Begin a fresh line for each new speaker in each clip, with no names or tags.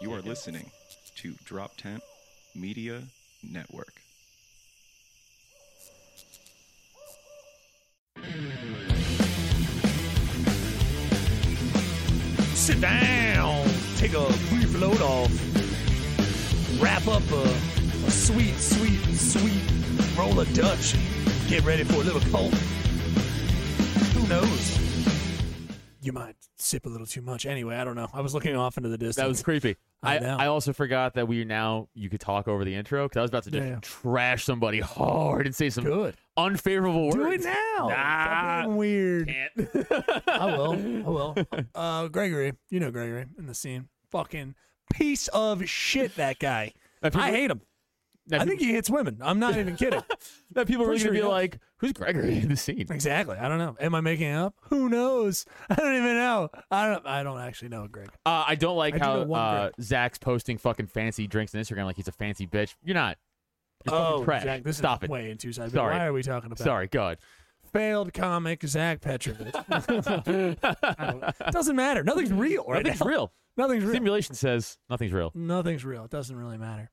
You are listening to Drop Tent Media Network.
Sit down, take a brief load off, wrap up a, a sweet, sweet, sweet roll of Dutch, get ready for a little coke. Who knows?
you might sip a little too much. Anyway, I don't know. I was looking off into the distance.
That was creepy.
I
I,
know.
I, also forgot that we now you could talk over the intro because I was about to just
Yeah, yeah.
trash somebody hard and say some
Good.
unfavorable
Do it
words.
now. Stop being
Nah,
weird.
can't.
I will. I will. Uh, Gregory, you know Gregory in the scene. Fucking piece of shit. That guy.
Now, people-
I hate him.
now
I think
people-
he hits women. I'm not even kidding.
now people
pretty
are really
sure
gonna
he
be
does.
like, "Who's Gregory in the scene?"
exactly. I don't know. Am I making it up? Who knows? I don't even know. I don't. I don't actually know Greg.
Uh, I don't like
I do
how
know one
uh, Zach's posting fucking fancy drinks on Instagram like he's a fancy bitch. You're not. You're fucking trash.
Oh, Jack, this
Stop
is
it.
way into side.
Sorry.
Why are we talking about?
Sorry, God.
failed comic Zach Petrovich. I don't- doesn't matter. Nothing's real. Right
Nothing's
now.
real.
Nothing's real.
Simulation says nothing's real.
Nothing's real. It doesn't really matter.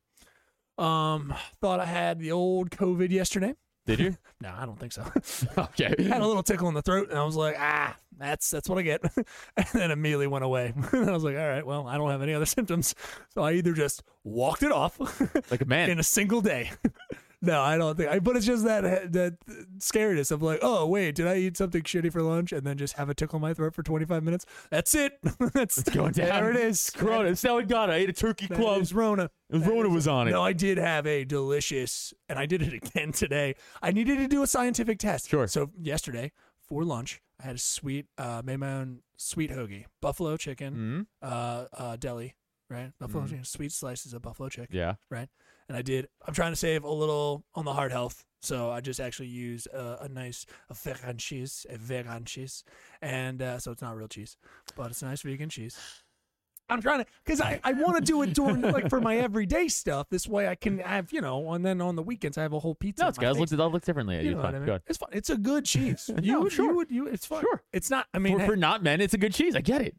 Um, thought I had the old COVID yesterday.
Did you?
No, I don't think so. had a
okay.
little tickle in the throat, and I was like, ah, that's that's what I get. and then immediately went away. and I was like, all right, well, I don't have any other symptoms, so I either just walked it off
Like a man.
in a single day. no, I don't think. I, but it's just that that scariness of like, oh wait, did I eat something shitty for lunch and then just have a tickle in my throat for 25 minutes? That's it. that's
going down.
There it is.
Corona. It's now it got. it. I ate a turkey
That
club.
is Rona.
And Rona was on it.
No, I did have a delicious, and I did it again today. I needed to do a scientific test.
Sure.
So yesterday for lunch, I had a sweet, uh, made my own sweet hoagie, buffalo chicken,
hmm
uh, uh, deli, right? Buffalo
Mm-hmm.
chicken, sweet slices of buffalo chicken
Yeah.
right? And I did. I'm trying to save a little on the heart health, so I just actually used a, a nice a vegan cheese, a vegan cheese, and uh, so it's not real cheese, but it's a nice vegan cheese. I'm trying to, cause I, I want to do it during like for my everyday stuff. This way I can have you know, and then on the weekends I have a whole pizza.
No,
in
it's
my
guys
face.
look, that look differently at you.
You know
It's
what
fine.
I mean?
Go ahead.
It's fun. It's a good cheese. You
No,
would,
sure.
you would, you, it's fun.
Sure.
It's not. I mean,
for,
hey,
for not men, it's a good cheese. I get it.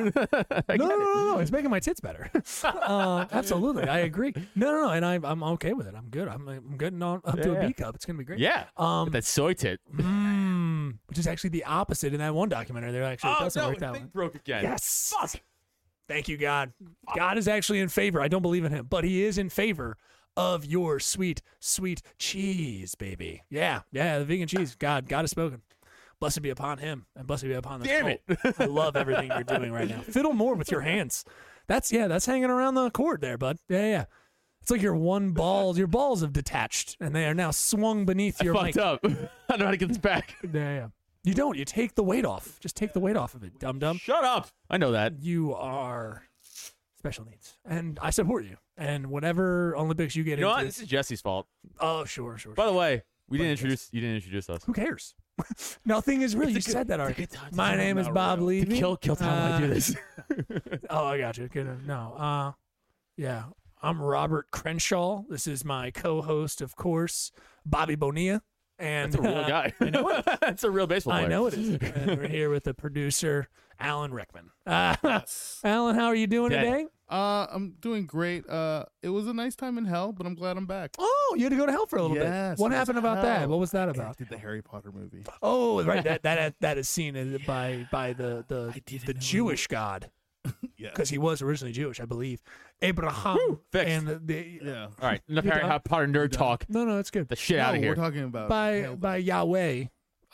I
no,
get
no,
it.
no, no, it's making my tits better. uh, absolutely, I agree. No, no, no, and I, I'm okay with it. I'm good. I'm, I'm getting on up to a
Yeah.
B cup. It's gonna be great.
Yeah.
Um,
that soy tit.
mm, which is actually the opposite in that one documentary. They're actually it
Oh,
doesn't
no,
work that
thing
way.
broke again.
Yes. Thank you, God. God is actually in favor. I don't believe in him, but he is in favor of your sweet, sweet cheese, baby. Yeah, yeah, the vegan cheese. God, God has spoken. Blessed be upon him, and blessed be upon this
Damn
cult. I love everything you're doing right now. Fiddle more with your hands. That's yeah, that's hanging around the cord there, bud. Yeah, yeah. It's like your one ball, your balls have detached, and they are now swung beneath your mic.
Fucked up. I don't know how to get this back.
Yeah, yeah. You don't. You take the weight off. Just take the weight off of it, dum dum.
Shut up. I know that.
You are special needs, and I support you. And whatever Olympics you get
You know what?
into,
This is Jesse's fault.
oh sure, sure.
By the way, we
Fuck yes.
didn't introduce you didn't introduce us.
who cares? Nothing is real. You
It's a good-
said that
it's a
already.
good time to
My
say
name
I'm
is
not
Bob
real.
Levy.
Kill, kill time when I do
Uh,
this.
Oh, I got you. Good. No. Uh, yeah. I'm Robert Crenshaw. This is my co-host, of course, Bobby Bonilla. And
That's a real
uh,
guy.
I know it.
That's a real baseball player.
I know it is. And we're here with the producer, Alan Rickman. Uh, Alan, how are you doing
Dead.
today?
Uh, I'm doing great. Uh, it was a nice time in hell, but I'm glad I'm back.
Oh, you had to go to hell for a little
Yes,
bit. What
it was
happened about that?
hell.
What was that
I
about?
did the Harry Potter movie.
Oh, right. That that that is seen as- by by the the, the Jewish God.
Yes.
Because he was originally Jewish, I believe. Abraham
fixed.
and the,
Yeah.
All right, enough
You're
Harry
done?
Potter nerd talk.
no, no, it's good.
The shit out
No,
of
We're
here.
talking about
by
hell.
by Yahweh.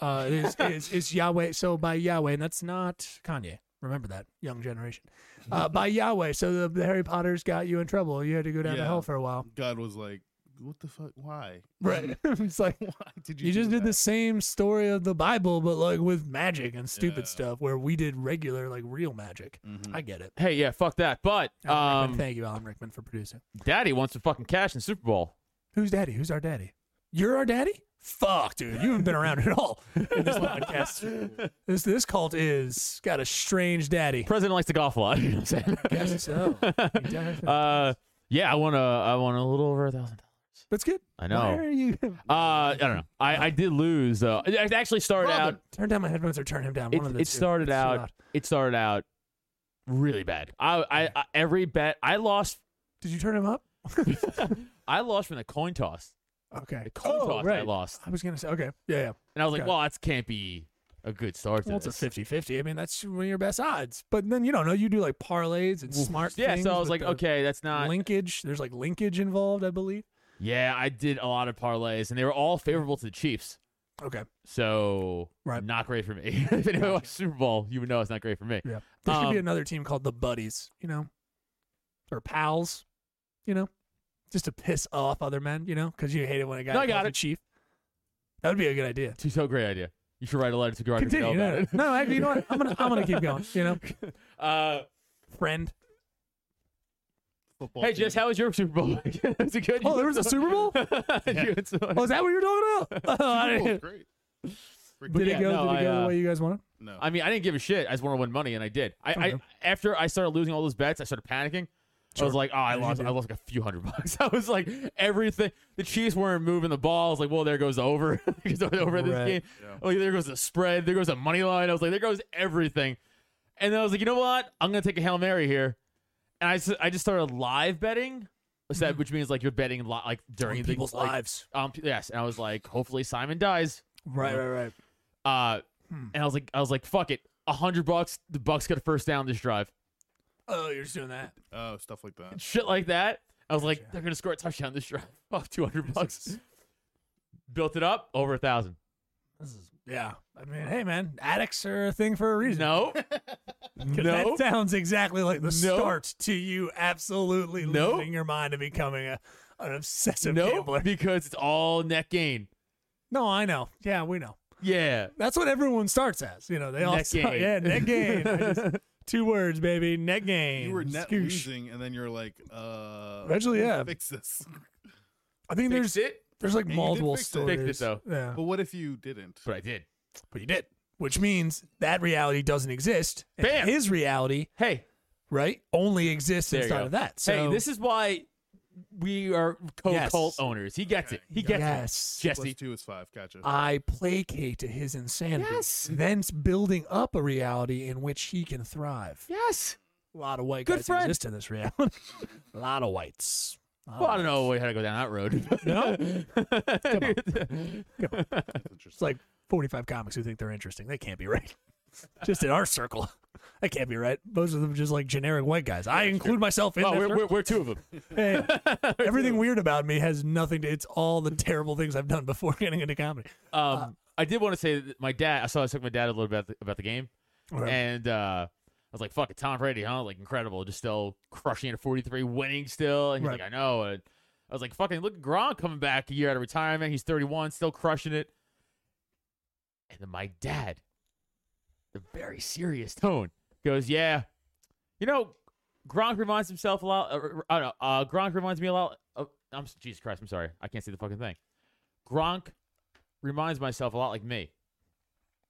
Uh, is, is is Yahweh? So by Yahweh, and that's not Kanye. Remember that, young generation. Uh, by Yahweh. So the, the Harry Potter's got you in trouble. You had to go down to
Yeah.
hell for a while.
God was like, "What the fuck? Why?
Right. it's like
Why did you?
you
do
just did
that?"
the same story of the Bible, but like with magic and stupid
Yeah.
stuff, where we did regular like real magic. I get it.
Hey, yeah, fuck that. But
Alan Rickman,
Mm-hmm. um,
thank you, Alan Rickman, for producing.
Daddy wants some fucking cash in Super Bowl.
Who's daddy? Who's our daddy? You're our daddy? Fuck, dude. You haven't been around at all in this podcast. This this cult is got a strange daddy.
President likes to golf a lot. You know what I'm saying?
Guess so. Definitely.
uh, yeah, I want a, I want a little over a thousand.
That's good.
I know.
Why are you?
Uh, I don't know. I, I did lose though. It it actually started out.
Turn down my headphones or turn him down.
It,
One of the
it
two.
started
It's so
out.
loud.
It started out really bad. I, I, I every bet I lost.
Did you turn him up?
I lost from the coin toss.
Okay.
The coin
Oh,
toss I
right.
lost,
I was gonna say okay. Yeah, yeah.
and I was like,
Okay.
"Well, that can't be a good start." To
Well, it's a
this."
50-50. I mean, that's one of your best odds. But then you don't know. You do like parlays and smart.
Yeah,
things
so I was
with
like,
the
"Okay, that's not."
Linkage. There's like linkage involved, I believe.
Yeah, I did a lot of parlays, and they were all favorable to the Chiefs.
Okay.
So
Right.
not great for me. if anyone watched Super Bowl, you would know it's not great for me.
Yeah. There should be
Um,
another team called the Buddies, you know, or Pals, you know, just to piss off other men, you know, because you hate it when a guy
No, I
calls
got
you
it.
chief. That would be a good idea.
It's so great idea. You should write a letter to Gerard
Continue.
Goodell
No,
about
no, actually, you know what? I'm gonna I'm gonna keep going. You know,
it. Uh,
friend.
Football
hey,
team.
Jess, how was your Super Bowl? It's a good.
Oh, there was a Super Bowl.
You had so-
Oh, is that what you're talking about? Oh, I
Super Bowl was
didn't-
great.
did
yeah,
it go?
no,
did it
I,
go
uh,
the way you guys wanted?
No.
I mean, I didn't give a shit. I just want to win money, and I did. I, I
Okay.
after I started losing all those bets, I started panicking. I was like, oh, I
As you
lost.
do.
I lost like a few hundred bucks. I was like, everything. The Chiefs weren't moving the ball. I was like, well, there goes the over. There's the over in this
Right.
game. Oh, there goes the spread. There goes the money line. I was like, there goes everything. And then I was like, you know what? I'm gonna take a hail mary here. And I, s- I just started live betting. So that- which means like you're betting li- like during the,
Mm-hmm. people's
like,
lives.
Um, yes, and I was like, hopefully Simon dies.
Right, right, right.
Uh,
Hmm.
and I was like, I was like, fuck it, a hundred bucks. The Bucks got a first down this drive.
Oh, you're just doing that.
oh, stuff like that.
Shit like that. I was like, they're gonna score a touchdown this drive. Off two hundred bucks. Built it up over a thousand.
This is yeah. I mean, hey man, addicts are a thing for a reason.
No,
'Cause
no,
That sounds exactly like the
No.
start to you absolutely
No.
losing your mind and becoming a, an obsessive
no,
gambler.
because it's all net gain.
No, I know. Yeah, we know.
Yeah,
That's what everyone starts as. You know, they all
Net
start-
gain.
Yeah, net gain. I just- two words, baby. Net gain.
You were net
Skoosh.
losing, and then you're like, uh,
Eventually, yeah.
fix this.
I think
Fix
there's
it.
there's like
Yeah, you did
multiple
fix it.
stories.
Fixed
it, though.
Yeah,
But what if you didn't?
But I did.
but you did, which means that reality doesn't exist. and
Bam.
His reality,
Hey,
right, only exists
there you
inside
go.
of that. So
hey, this is why we are
Yes.
co-cult owners. He gets it. He gets
yes.
it.
Plus
Jesse.
two is five. Gotcha.
I placate to his insanity, yes. then s- building up a reality in which he can thrive.
Yes.
A lot of white
Good
guys
friend.
exist in this reality. a lot of whites. Lot of
Well, I don't
whites.
know how to go down that road. No.
It's like 45 comics who think they're interesting. They can't be right. just in our circle. That can't be right. Most of them are just like generic white guys. I include myself in
Oh,
that
we're,
circle.
we're, we're two of them.
Hey, everything weird about me has nothing to it's all the terrible things I've done before getting into comedy.
Um, I did want to say that my dad. I saw I took my dad a little bit about the, about the game,
Right.
and uh, I was like, "Fuck it, Tom Brady, huh? Like incredible, just still crushing it at 43, winning still." And he's
Right.
like, "I know." And I was like, "Fucking look, at Gronk coming back a year out of retirement. He's 31, still crushing it." And then my dad, the very serious tone, goes, "Yeah, you know, Gronk reminds himself a lot. Uh, uh, uh, uh, Gronk reminds me a lot. Of, I'm s- Jesus Christ. I'm sorry. I can't see the fucking thing. Gronk reminds myself a lot like me.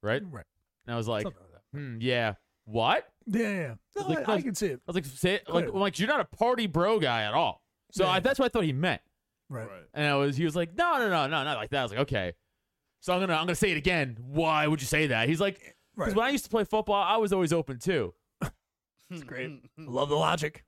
right?
Right.
And I was like,
Something like
hmm, yeah, what?
that. Yeah, yeah. yeah. No,
Like,
I, I
those-
can see it.
I was like, say, like,
Clear.
I'm like, you're not a party bro guy at all. So
Yeah.
I, that's what I thought he meant.
Right.
And I was, he was like, no, no, no, no, not like that. I was like, okay. So I'm gonna, I'm gonna say it again. Why would you say that? He's like, because
Right.
when I used to play football, I was always open too.
It's
great. Love the logic.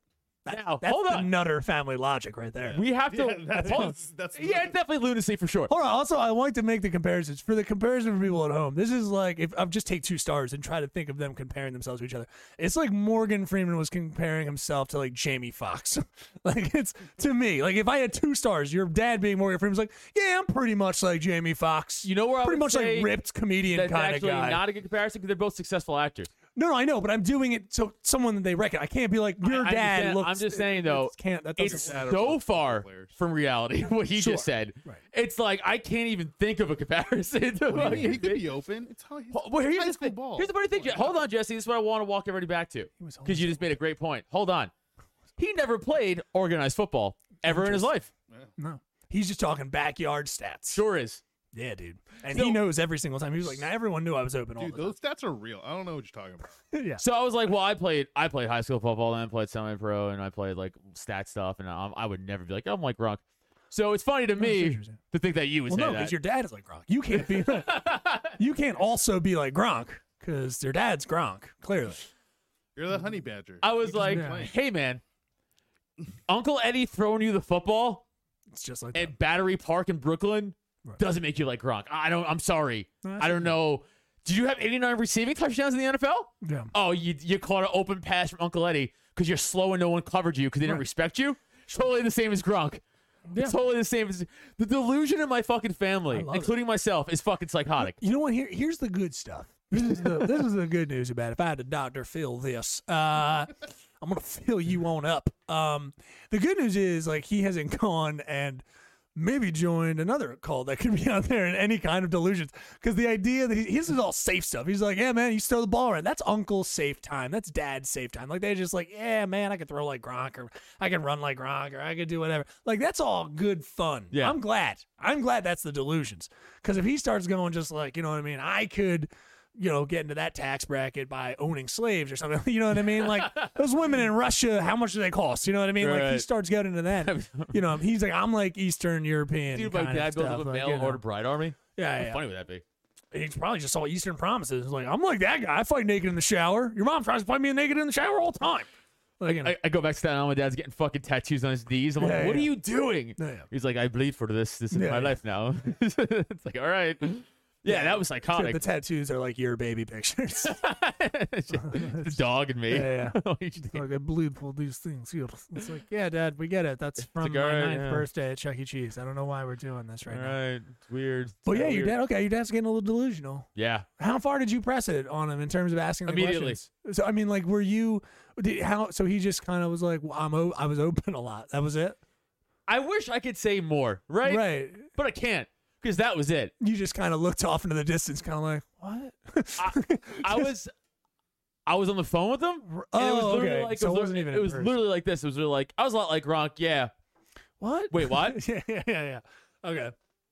Now,
That's
hold
the
on,
nutter family logic right there.
we have to.
Yeah, that's,
hold-
that's, that's
yeah, it's definitely lunacy for sure.
Hold on. Also, I like to make the comparisons for the comparison for people at home. This is like if I just take two stars and try to think of them comparing themselves to each other. It's like Morgan Freeman was comparing himself to like Jamie Foxx. like it's to me. Like if I had two stars, your dad being Morgan Freeman's like, yeah, I'm pretty much like Jamie Foxx.
You know where I
pretty
would
much
say
like ripped comedian
That's
kind of
actually
guy.
not a good comparison because they're both successful actors.
no, no, I know, but I'm doing it so someone that they reckon. I can't be like your
I- I
dad
understand-
looks.
I'm just
it-
saying,
it
though,
can't that doesn't
It's
matter.
so far
players.
from reality what he
Sure.
just said.
Right.
It's like I can't even think of a comparison. To
What do
what
you mean? He
he
could
did.
be open. It's how he's
Ho- Well, here's
high
the,
school
thing.
ball.
here's the funny thing. Je- Hold on, Jesse. This is what I want to walk everybody back to
was always
because you just made a great point. Hold on. He never played organized football ever in his life.
No. He's just talking backyard stats.
Sure is.
Yeah, dude. And
So-
he knows every single time. He was like, now everyone knew I was open all
Dude,
the
those stats are real. I don't know what you're talking about.
time. yeah.
So I was like, well, I played, I played high school football and I played semi-pro and I played like stat stuff, and I, I would never be like, I'm like Gronk. So it's funny to me
interesting.
to think that you would
Well,
say
no,
that.
because your dad is like Gronk. You can't be. you can't also be like Gronk because your dad's Gronk. Clearly,
You're the honey badger.
I was
You just
like,
complain.
hey man, Uncle Eddie throwing you the football
it's just like that.
at Battery Park in Brooklyn
Right.
doesn't make you like Gronk. I don't. I'm sorry.
No, that's
I don't know. Did you have 89 receiving touchdowns in the NFL?
Yeah.
Oh, you you caught an open pass from Uncle Eddie because you're slow and no one covered you because they didn't
Right.
respect you. Totally the same as Gronk. Totally the same as the delusion in my fucking family,
love it.
including myself, is fucking psychotic.
You know what? Here, here's the good stuff. This is the this is the good news about. It. If I had to Doctor Phil this, uh, I'm gonna fill you on up. Um, the good news is like he hasn't gone and maybe joined another cult that could be out there in any kind of delusions. Because the idea that he, this is all safe stuff. He's like, yeah, man, you throw the ball around. That's uncle safe time. That's dad safe time. Like they're just like, yeah, man, I could throw like Gronk or I could run like Gronk or I could do whatever. Like that's all good fun.
Yeah.
I'm glad. I'm glad that's the delusions. Because if he starts going just like, you know what I mean, I could. You know, get into that tax bracket by owning slaves or something. You know what I mean? Like those women in Russia, how much do they cost? You know what I mean? Like he
Right.
starts getting into that. You know, he's like, I'm like Eastern European.
Dude, my
kind of
dad built up
stuff,
a
like,
mail
you know.
order bride army.
Yeah,
How
yeah.
funny would that be?
He probably just saw Eastern Promises. He's Like, I'm like that guy. I fight naked in the shower. Your mom tries to fight me naked in the shower all the time. Like, you know,
I, I go back to that and my dad's getting fucking tattoos on his knees. I'm like,
Yeah,
what
yeah.
are you doing?
Yeah, yeah.
He's like, I bleed for this. This is
Yeah,
my
yeah.
life now. it's like, all right. Yeah, that was psychotic.
the tattoos are like your baby pictures.
the dog and me.
Yeah,
yeah.
like I bleed for these things. here. It's like, yeah, Dad, we get it. That's from
like,
my
all right,
ninth
yeah.
birthday at Chuck E. Cheese. I don't know why we're doing this
All
right now.
right. It's weird. It's
But
kinda
yeah, your
weird.
dad. Okay, your dad's getting a little delusional.
Yeah.
How far did you press it on him in terms of asking the
Immediately.
questions? So I mean, like, were you did, how? So he just kind of was like, well, "I'm o- I was open a lot. That was it,
I wish I could say more, right?
right?
But I can't because that was it.
You just kind of looked off into the distance, kind of like, "What?"
I was. I was on the phone with him. and it was
Oh,
literally
okay.
like,
So it
it was,
wasn't even
it
in
was
person.
literally like this. It was really like I was a lot like Gronk. Yeah.
what?
Wait, what?
yeah, yeah, yeah, yeah. Okay.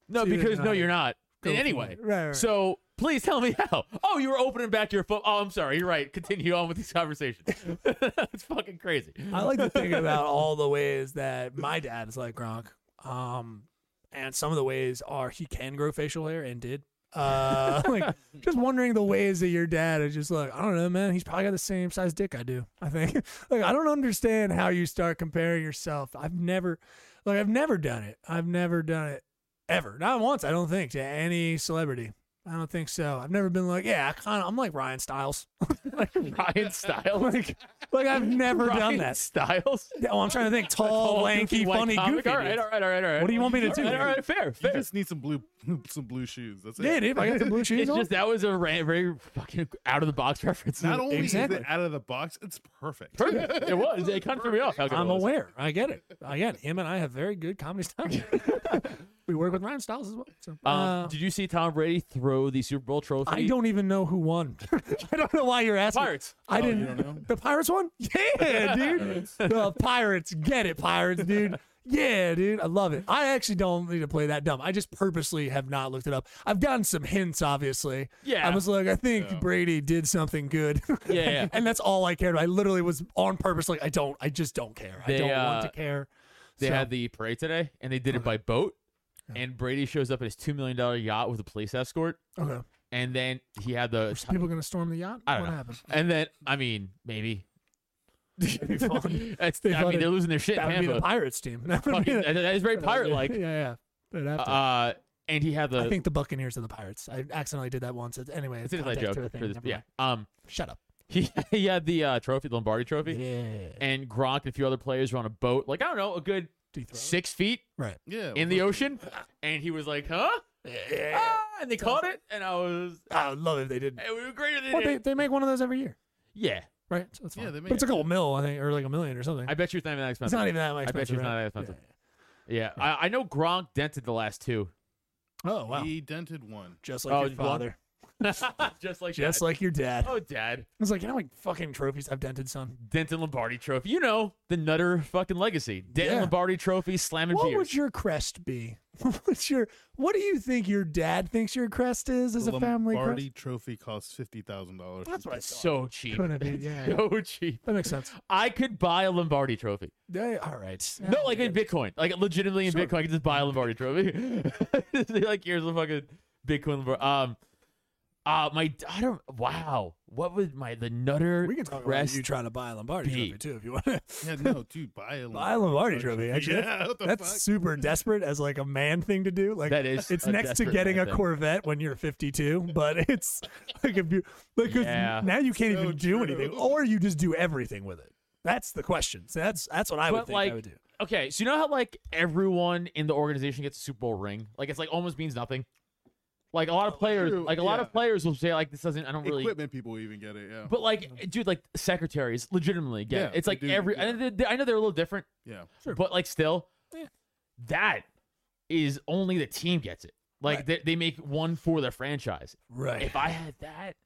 No,
So you
because
didn't
no,
know.
you're not.
Go
in
for
any
it.
way.
Right, right.
So please tell me how. Oh, you were opening back your foot. Oh, I'm sorry. You're right. Continue on with these conversations. it's fucking crazy.
I like to think about all the ways that my dad is like Gronk. Um, and some of the ways are he can grow facial hair and did. Uh, like just wondering the ways that your dad is just like, I don't know, man. He's probably got the same size dick I do. I think. like I don't understand how you start comparing yourself. I've never, like, I've never done it. I've never done it ever. Not once. I don't think to any celebrity. I don't think so. I've never been like, yeah, I kind of. I'm like Ryan Styles. like,
Ryan Styles.
like, like I've never done
Ryan
that.
Styles.
Yeah, well, I'm trying to think. Tall,
Tall,
lanky,
goofy, white
funny,
comic.
goofy.
All right,
dude.
all right, all right, all right.
What do you want me to
All
do,
right, all
dude?
right, fair,
You
fair.
just need some blue some blue shoes. That's
Yeah,
it.
dude. I got some blue shoes
it's
on.
just that was a ra- very fucking out of the box reference.
Not only
Exactly.
is it out of the box, it's perfect.
Perfect. It was. It kind of threw me off. How good
I'm
it was.
aware. I get it. I get it. Him and I have very good comedy style. we work with Ryan Styles as well. So,
Um,
uh,
did you see Tom Brady throw the Super Bowl trophy?
I don't even know who won. I don't know why you're asking.
Pirates.
I
Oh, you
didn't.
don't know?
The Pirates won. Yeah, dude. the Pirates. Get it, Pirates, dude. Yeah, dude, I love it. I actually don't need to play that dumb. I just purposely have not looked it up. I've gotten some hints, obviously.
Yeah.
I was like, I think
Yeah.
Brady did something good.
yeah.
and that's all I cared about. I literally was on purpose like I don't I just don't care.
They,
I don't
uh,
want to care.
They
So-
had the parade today, and they did it by boat. And Brady shows up in his two million dollar yacht with a police escort,
Okay.
and then he had the.
Are people gonna storm the yacht?
I don't
what
know.
happened?
And then I mean, maybe. That's,
They
I
funny.
mean, they're losing their shit.
That would be the
Tampa.
Pirates team. That would be
Fucking-
the-
that that is very pirate
Yeah,
like.
yeah. That'd have to.
Uh, and he had the.
I think the Buccaneers are the Pirates. I accidentally did that once. It's- Anyway,
it's an inside
context
joke
to the
for
thing.
this.
Never
Yeah.
mind.
Um,
Shut up.
he, he had the uh, trophy, the Lombardi Trophy,
Yeah.
and Gronk and a few other players were on a boat, like I don't know, a good
Do you throw it?
six feet
Right.
Yeah.
in the ocean, and he was like, "Huh?"
Yeah.
Ah, and they caught it, and I was,
I would love it if they didn't.
hey, we were greater than
Well, they,
it.
they make one of those every year,
Yeah,
right? So it's fine.
Yeah, they
But
make
it's a couple mil, I think, or like a million or something.
I bet you it's not even that
it's
expensive.
not even that much.
I bet you it's not that
right?
expensive. Yeah, I, I know Gronk dented the last two,
Yeah. Oh wow!
He dented one.
Just like
Oh,
your
you want-
father.
just like
Just
Dad.
like your dad.
oh, Dad,
It's like you know, like fucking trophies I've dented, son.
Denton Lombardi Trophy. You know the Nutter fucking legacy. Denton
Yeah.
Lombardi Trophy, slamming
What
beers.
would your crest be? What's your? What do you think your dad thinks your crest is as
the
a family
Lombardi
crest?
trophy costs fifty thousand dollars.
That's what I
It's
thought.
so cheap.
Couldn't be, yeah.
so cheap.
That makes sense.
I could buy a Lombardi trophy.
Yeah, all right.
no, like in Bitcoin. Like legitimately in
Sure.
Bitcoin, I could just buy a Lombardi trophy. like here's a fucking Bitcoin Lombardi. Um uh my I don't wow. What would my the nutter
we can talk about
crest-
you trying to buy a Lombardi
be.
trophy too, if you want.
Yeah, no, dude, buy a
buy a Lombardi trophy. Actually,
Yeah, what the
that's
fuck?
super desperate as like a man thing to do. Like
That is
it's
a
next to
desperate
getting
man
a
thing.
Corvette when you're 52, but it's like if you like 'cause
Yeah.
now you can't
So
even do anything,
true.
or you just do everything with it. That's the question. So that's that's what I would
But
think
like
I would do.
okay, so you know how like everyone in the organization gets a Super Bowl ring? Like it's like almost means nothing. Like a lot of players
Oh, true,
like a lot of
yeah.
players will say like this doesn't I don't really
Equipment people even get it. Yeah.
But like, dude, like secretaries legitimately get it.
Yeah,
it's
they
like
do,
every.
yeah.
I, know they- I know they're a little different,
yeah.
but like still, that is only the team gets it. Like they, they make one for their franchise.
Right.
If I had that,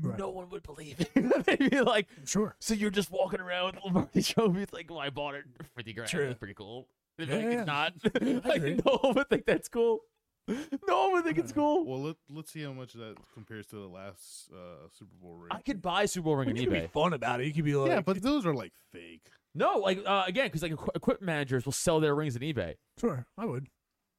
Right.
no one would believe it. They'd be like,
Sure.
so you're just walking around with a Lombardi trophy. It's like, well, I bought it for fifty grand.
True.
It's pretty cool. They'd be
Yeah,
like,
yeah,
it's not. like,
agree.
no one would think that's cool. No one would think it's cool.
Well, let let's see how much that compares to the last uh, Super Bowl ring.
I could buy a Super Bowl ring on
You could
eBay.
be fun about it. You could be like,
yeah, but those are like fake.
No, like uh, again, because like equ- equipment managers will sell their rings on eBay.
sure, I would.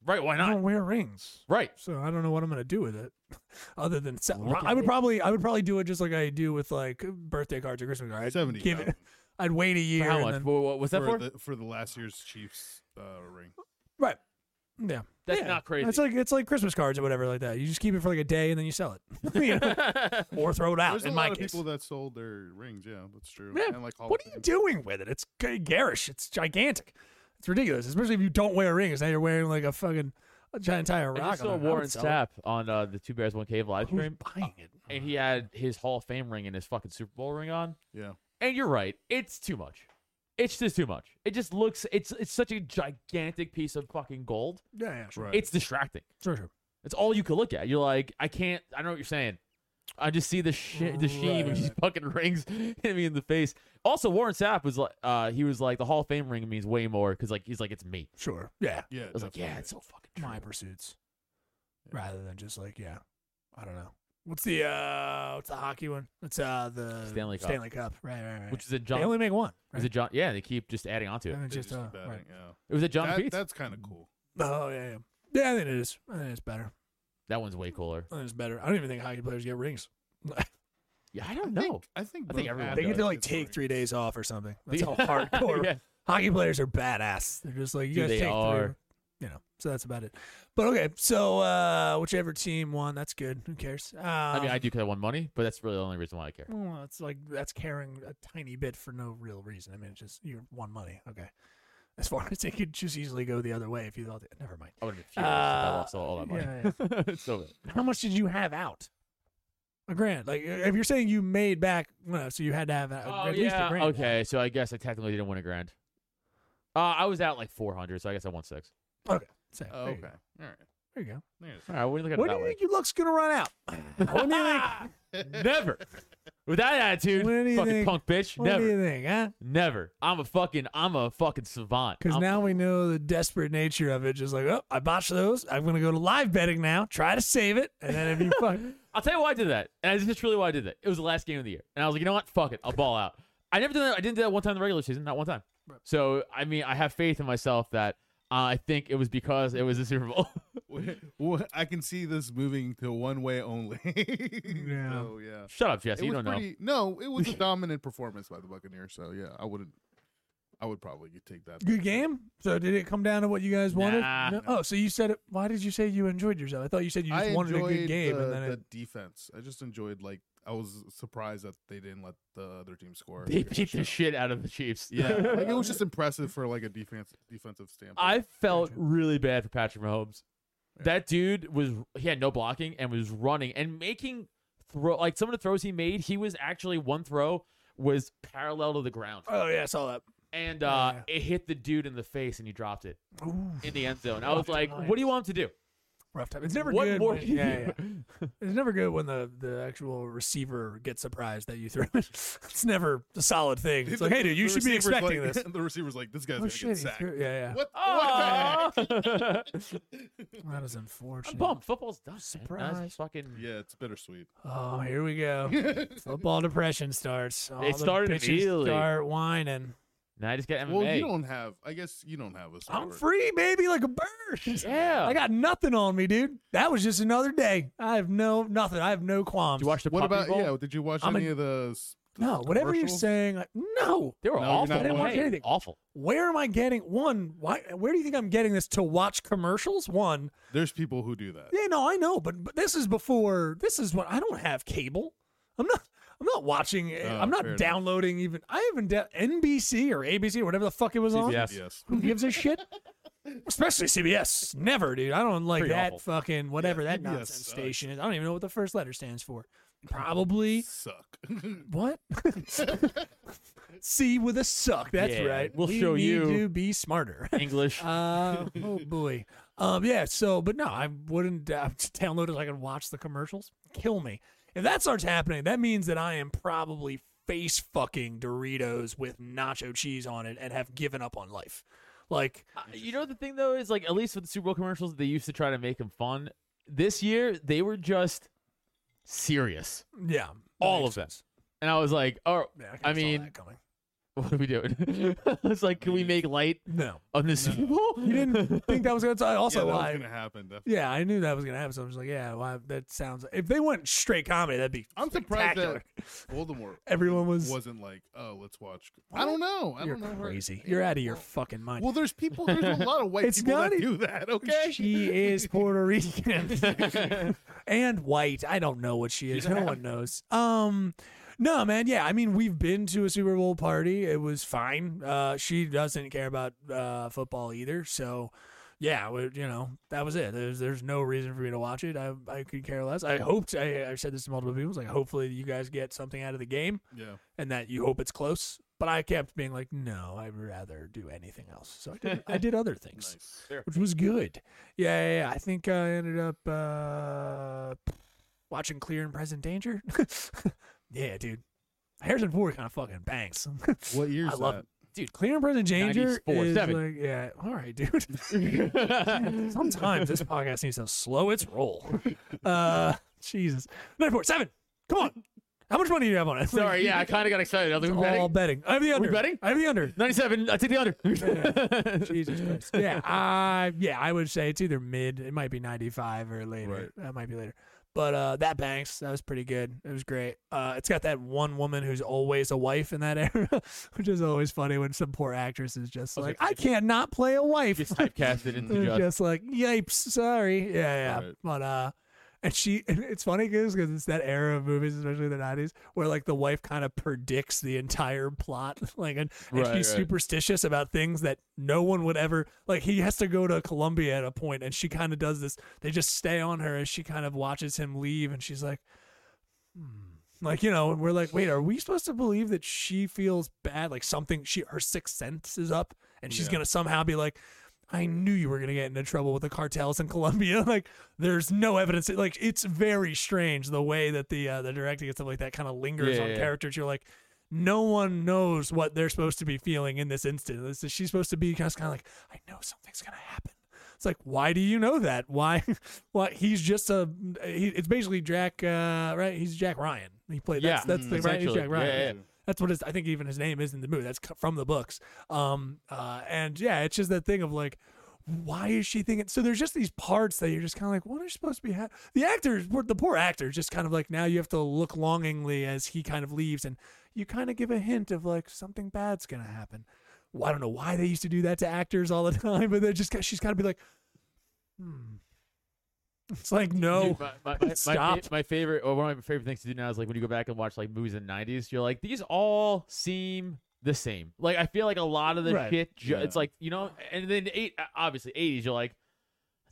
Right? Why
I
not?
don't wear rings.
Right.
so I don't know what I'm gonna do with it, other than sell.
Look
I
at
would
it.
probably I would probably do it just like I do with like birthday cards or Christmas cards. I'd
Seventy.
Give it. I'd wait a year.
For how
and
much?
then-
Wha- what was that for?
for the, for the last year's Chiefs uh, ring.
right. Yeah.
That's
Yeah.
not crazy.
It's like it's like Christmas cards or whatever like that. You just keep it for like a day and then you sell it, You know? or throw it out.
There's
in
a
my
lot of
case.
people that sold their rings. Yeah, that's true.
Yeah,
And like Hall
what
of
are you
Fame.
doing with it? It's g- garish. It's gigantic. It's ridiculous, especially if you don't wear rings. Now you're wearing like a fucking a giant entire
I
rock.
just
on
saw
there. I would
Warren
sell it.
Sapp on uh, the Two Bears One Cave live
Who's
stream,
buying it?
and he had his Hall of Fame ring and his fucking Super Bowl ring on.
Yeah.
And you're right, it's too much. It's just too much. It just looks. It's it's such a gigantic piece of fucking gold.
Yeah, yeah, sure,
Right.
It's distracting.
sure, sure.
That's all you could look at. You're like, I can't. I know what you're saying. I just see the shit, the sheen of these fucking rings hit me in the face. Also, Warren Sapp was like, uh, he was like, the Hall of Fame ring means way more because like he's like, it's me.
Sure. Yeah.
yeah.
I was like, yeah,
definitely.
it's so fucking true.
my pursuits rather than just like yeah i don't know what's the uh what's the hockey one it's uh the
Stanley Cup.
stanley cup right right right
Which is a
they
John.
only make one
Is
right?
it John? Yeah, they keep just adding on to it.
And it's
They
just,
just
uh,
keep adding,
right.
yeah.
It was a John Mm.
That-
Peets.
that's kind of cool.
oh yeah yeah yeah i think it is i think it's better
That one's way cooler.
i think it's better i don't even think hockey players get rings
Yeah, I don't know.
I think, I think,
I think
both
everyone
athletes
they
does.
get to like
get
take
rings.
three days off or something that's how
Yeah.
hardcore
Yeah.
hockey players are badass they're just like you
Dude,
guys
they
take three
are.
you know so that's about it but okay so uh whichever team won that's good who cares um,
I mean, I do because I won money, but that's really the only reason why I care.
Well, it's like that's caring a tiny bit for no real reason. I mean, it's just you won money. Okay, as far as it could just easily go the other way if you thought. Never mind.
I would have been furious if I
Uh,
lost all, all that money.
yeah,
so bad.
How much did you have out? A grand. Like uh, if you're saying you made back, well, so you had to have a,
Oh,
at least a
yeah.
grand.
Okay, so I guess I technically didn't win a grand. Uh, I was out like 400, so I guess I won six.
Okay. So,
Oh,
there you
okay.
go.
All right.
There you go.
There's-
All right, what do you look at it
When do
that
you
way?
think your luck's gonna run out? When do you think?
Never. With that attitude,
What do you
fucking
think-
punk bitch.
What do
Never.
you think, huh?
Never. I'm a fucking I'm a fucking savant.
Because
I'm-
now we know the desperate nature of it. Just like, oh, I botched those. I'm gonna go to live betting now. Try to save it, and then if you fuck,
I'll tell you why I did that. And this is really why I did that. It was the last game of the year. And I was like, you know what? Fuck it. I'll ball out. I never did that. I didn't do that one time in the regular season, not one time. So I mean I have faith in myself that uh, I think it was because it was the Super Bowl.
Well, I can see this moving to one way only.
Yeah.
So, yeah.
Shut up, Jesse.
It
You
was
don't know.
pretty- No, it was a dominant performance by the Buccaneers. So yeah, I wouldn't. I would probably take that.
good game. So did it come down to what you guys wanted?
Nah.
No? Oh, so you said it. Why did you say you enjoyed yourself? I thought you said you just
I
wanted a
enjoyed
good game,
the,
and then
the
it,
defense. I just enjoyed like I was surprised that they didn't let the other team score.
They beat the shit out of the Chiefs.
Yeah, like it was just impressive for like a defense defensive standpoint.
I felt really bad for Patrick Mahomes. That dude was he had no blocking and was running and making throw like some of the throws he made, he was actually one throw was parallel to the ground.
oh yeah, I saw that.
And uh
Yeah.
it hit the dude in the face and he dropped it
Ooh,
in the end zone. I was
Rough
like,
times.
what do you want him to do?
rough time. It's never
what
good.
more
when-
can you
yeah, yeah.
do?
It's never good when the, the actual receiver gets surprised that you throw it. It's never a solid thing. It's like, hey, dude, you
The
should be
receiver's
expecting
like-
this.
the receiver's like, this guy's
Oh
gonna
shit!
get
he
sacked.
threw- Yeah,
What?
Aw.
what the heck?
yeah. That is
I'm
unfortunate.
bummed. Football's done. Surprise.
Surprise.
fucking
Yeah, it's bittersweet.
Oh, here we go. Football depression starts. All
It
the
started
bitches
immediately.
Start whining.
Now I just got MMA.
Well, you don't have. I guess you don't have a.
I'm
sword.
free, baby, like a bird.
Yeah.
I got nothing on me, dude. That was just another day. I have no nothing. I have no qualms.
Did you watch the
What
puppy
about
bowl?
yeah? Did you watch
I'm a-
any of the? s-
no, whatever you're
commercials?
saying. Like, no.
They were
No, you're
awful.
not
I didn't watch
Hey,
anything.
Awful.
Where am I getting one? Why? Where do you think I'm getting this to watch commercials? One.
There's people who do that.
Yeah, no, I know, but, but this is before. This is when I don't have cable. I'm not. I'm not watching. I'm
fair
not
enough.
downloading even. I haven't da- NBC or ABC or whatever the fuck it was on.
Yes.
Yes.
Who gives a shit? Especially CBS. Never, dude. I don't like
Pretty
that
awful.
fucking whatever
Yeah,
that
CBS
nonsense
sucks.
station is. I don't even know what the first letter stands for. Probably
Suck.
what? C with a suck. That's
Yeah,
right.
we'll
We
show
need
you.
to be smarter.
English.
Uh, oh boy. Um, yeah. So, but no, I wouldn't uh, download it. so I could watch the commercials. Kill me. If that starts happening, that means that I am probably face fucking Doritos with nacho cheese on it and have given up on life. Like,
Uh, you know the thing though is like at least with the Super Bowl commercials they used to try to make them fun. This year they were just serious,
yeah,
all of them. And I was like, "Oh,
Yeah, kinda
I
saw
mean,
that coming.
what are we doing?" I was like, "Can we make light
no,
on this Super Bowl?"
you didn't think that was gonna. I
yeah,
also,
that
I,
was gonna happen. Def-
yeah, I knew that was gonna happen. So I was like, yeah, well, that sounds. If they went straight comedy, that'd be.
I'm surprised that
spectacular.
Voldemort
everyone was.
wasn't like, oh, let's watch. I don't know. I
you're
don't know. her-
crazy. You're out of your fucking mind.
Well, there's people. There's a lot of white
It's
people
not
that
e-
do that. Okay.
She is Puerto Rican and white. I don't know what she is. No one knows. Um, no, man. Yeah, I mean, we've been to a Super Bowl party. It was fine. Uh, she doesn't care about uh, football either. So, yeah, we, you know, that was it. There's there's no reason for me to watch it. I I could care less. I hoped. I I said this to multiple people. It's like, hopefully, you guys get something out of the game
Yeah.
and that you hope it's close. But I kept being like, no, I'd rather do anything else. So I did, I did other things, which was good. Yeah, yeah, yeah. I think I ended up uh, watching Clear and Present Danger. yeah, dude. Harrison Ford kind of fucking bangs.
What year's
I love
that?
it. Dude, Clear and Present Danger
94,
is
seven.
like, yeah, all right, dude. Sometimes this podcast needs to slow its roll. Uh, Jesus. 947, come on. How much money do you have on it?
Sorry, yeah, I kind of got excited. I was like,
All
"We're betting?
betting. I have the under.
betting?
I have the under.
Ninety-seven. I take the under.
Jesus Christ. Yeah, I yeah, I would say it's either mid. It might be ninety five or later. That might be later. But uh, that Banks, that was pretty good. It was great. Uh, it's got that one woman who's always a wife in that era, which is always funny when some poor actress is just like, I can't not play a wife.
Just typecasted into
They're
just.
just like yipes sorry yeah yeah
Right.
but uh and she and it's funny because it's that era of movies especially the 90s where like the wife kind of predicts the entire plot like and, and
Right,
she's
right.
superstitious about things that no one would ever like he has to go to columbia at a point and she kind of does this they just stay on her as she kind of watches him leave and she's like like you know, and we're like, wait, are we supposed to believe that she feels bad? Like something, she her sixth sense is up, and she's gonna somehow be like, I knew you were gonna get into trouble with the cartels in Colombia. Like, there's no evidence. Like, it's very strange the way that the uh, the directing and stuff like that kind of lingers
Yeah,
on
yeah.
characters. You're like, no one knows what they're supposed to be feeling in this instant. This is, she's supposed to be just kind of like, I know something's gonna happen. It's like, why do you know that? Why? Why he's just a. He, it's basically Jack, uh, right? He's Jack Ryan. He played.
Yeah,
that's, that's the right. He's
essentially.
Jack Ryan.
Yeah, yeah.
That's what his, I think even his name is in the movie. That's c- from the books. Um, uh, and yeah, it's just that thing of like, why is she thinking? So there's just these parts that you're just kind of like, what are you supposed to be? Ha-? The actors, poor- the poor actor, just kind of like now you have to look longingly as he kind of leaves, and you kind of give a hint of like something bad's gonna happen. Well, I don't know why they used to do that to actors all the time, but they just got- she's got to be like, hmm. It's like no,
Dude, my, my, my,
Oh, Stop.
My, fa- my favorite, or one of my favorite things to do now is like when you go back and watch like movies in the '90s, you're like, these all seem the same. Like I feel like a lot of the
Right.
shit, ju-
Yeah.
it's like you know, and then eight, obviously '80s, you're like,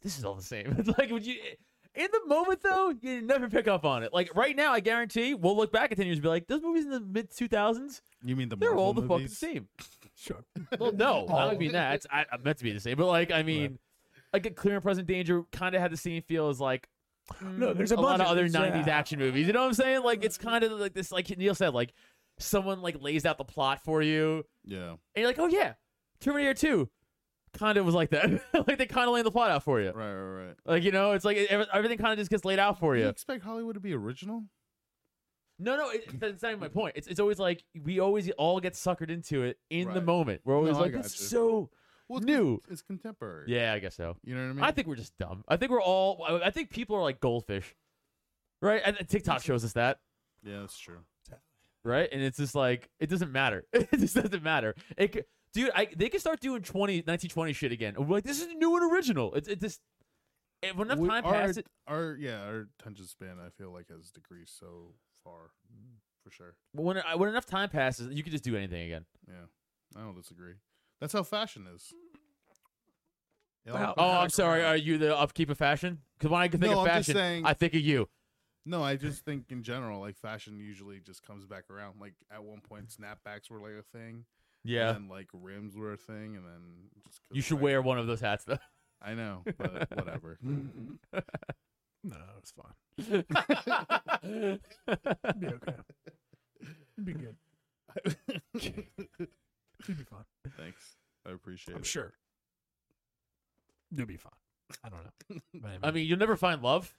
this is all the same. It's like would you? eh, In the moment though, you never pick up on it. Like right now, I guarantee we'll look back at ten years and be like, those movies in the mid 2000s,
You mean the
they're
Marvel
all the fucking
movies?
same.
sure,
Well, no, I
Oh.
don't mean that. It's, I, I meant to be the same, but like, I mean, like a clear and present danger kind of had the same feel as like.
No,
mm,
there's a
a, lot
bunch
of
of
other
these,
'90s
yeah.
action movies. You know what I'm saying? Like it's kind of like this. Like Neil said, like someone like lays out the plot for you,
Yeah.
and you're like, oh yeah, Terminator 2, kind of was like that. like they kind of laid the plot out for you.
Right, right, right.
Like you know, it's like e, every- everything kind of just gets laid out for
You
you.
expect Hollywood to be original?
No, no, it, that's not even my point. It's it's always like we always all get suckered into it in the
Right.
moment. We're always
No, I
like,
got
it's
you.
so
Well, it's
new.
con- It's contemporary.
Yeah, I guess so.
You know what I mean?
I think we're just dumb. I think we're all. I- I think people are like goldfish, right? And TikTok shows us that,
Yeah, that's true.
right? And it's just like it doesn't matter. it just doesn't matter. It, c- dude, I, they can start doing 20, 1920 shit again. We're like, this is new and original. It's it just and when enough
We-
time
our,
passes, it,
Our yeah, our attention span I feel like has decreased so far, for sure.
when I- when enough time passes, you can just do anything again.
Yeah, I don't disagree. That's how fashion is. It all
Wow.
comes
oh,
back
I'm sorry.
around.
Are you the upkeep of fashion? Because when I think
No,
of
I'm just
fashion,
saying-
I think of you.
No, I just think in general, like fashion usually just comes back around. Like at one point, snapbacks were like a thing.
Yeah,
And then, like rims were a thing, and then it just
you
goes
should
back.
wear one of those hats though.
I know, but whatever.
no, it's fine.
All
It'd be okay. It'd be good. It'd be fun.
Thanks, I appreciate
I'm
it.
sure. You'll be fine. I don't know. But anyway.
I mean, you'll never find love.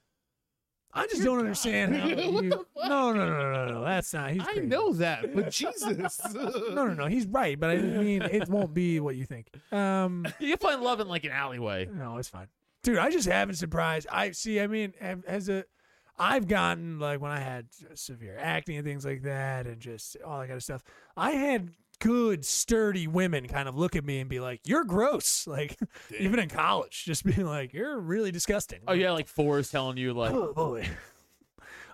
I just don't understand how you. No, no, no, no, no, no. That's not. He's
I
crazy.
know that, but Jesus.
No, no, no. He's right, but I didn't mean it won't be what you think. Um,
You can find love in like an alleyway.
no, it's fine, dude. I just haven't surprised. I see. I mean, have- as a, I've gotten like when I had severe acne and things like that, and just all that kind of stuff. I had good, sturdy women kind of look at me and be like, "You're gross," like even in college, just being like, "You're really disgusting."
Oh yeah, like Forrest telling you like
oh boy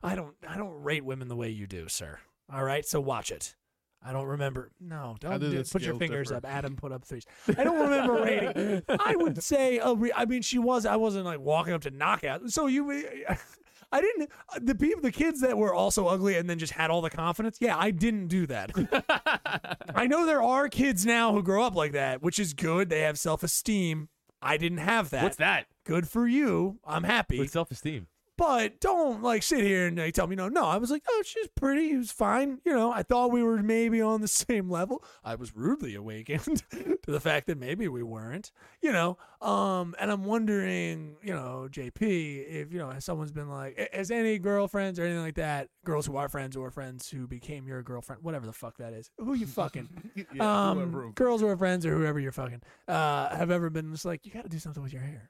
i don't i don't rate women the way you do sir all right so watch it i don't remember no don't
do
do,
the
put your
scales
fingers
differ?
up adam put up threes i don't remember rating i would say a re- i mean she was i wasn't like walking up to knockout so you I didn't. The people, the kids that were also ugly and then just had all the confidence. Yeah, I didn't do that. I know there are kids now who grow up like that, which is good. They have self esteem. I didn't have that.
what's that?
Good for you. I'm happy
With self esteem.
but don't like sit here and like, tell me no. No, I was like, oh, she's pretty. It was fine. You know, I thought we were maybe on the same level. I was rudely awakened to the fact that maybe we weren't. You know, um, and I'm wondering, you know, JP, if you know, has someone's been like, has any girlfriends or anything like that, girls who are friends or friends who became your girlfriend, whatever the fuck that is, who you fucking,
Yeah,
um,
whoever-
girls who are friends or whoever you're fucking, uh, have ever been just like, you got to do something with your hair.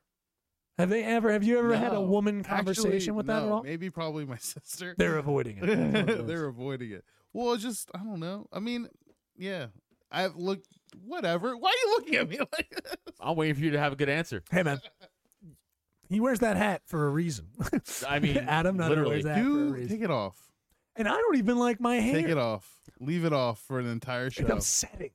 Have they ever? Have you ever had a
No.
woman
Actually,
conversation with that at
no,
all?
Maybe probably my sister.
They're avoiding it.
They're avoiding it. Well, it's just I don't know. I mean, yeah. I've looked whatever. Why are you looking at me like that?
I'm waiting for you to have a good answer.
hey man, he wears that hat for a reason.
I mean,
Adam Nutter
literally.
wears that for a
You
reason,
take it off.
and I don't even like my hair.
Take it off. Leave it off for an entire
It's
show.
upsetting.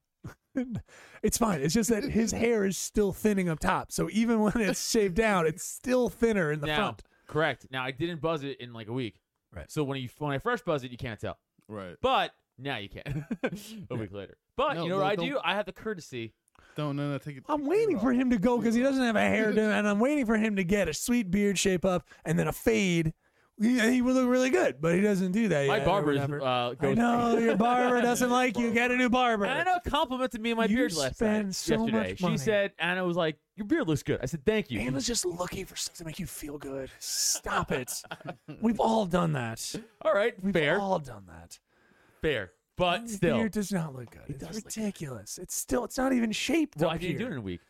it's fine. It's just that his hair is still thinning up top, so even when it's shaved down, it's still thinner in the
now,
front.
correct. Now I didn't buzz it in like a week.
Right.
So when you when I first buzz it, you can't tell.
Right.
But now you can. a week later. But
No,
you know
no,
what I
don't-
do? I have the courtesy
No, no, no. Take it.
I'm waiting for him to go because he doesn't have a hairdo, and I'm waiting for him to get a sweet beard shape up and then a fade. He, he would look really good, but he doesn't do that
My
yet. or
barber is,
whatever.
uh,
I
goes-
know your barber doesn't like you. Get a new barber.
Anna complimented me on my
You
beard last
spend
night,
so much
yesterday.
money.
She said Anna was like, "Your beard looks good." I said, "Thank you."
Anna's just looking for stuff to make you feel good. Stop it. We've all done that.
All right,
We've
fair,
all done that.
fair, but
Your
still,
beard does not look good. it's
does look good.
ridiculous. It's still. It's not even shaped.
well,
up
I didn't do
here.
it in a week.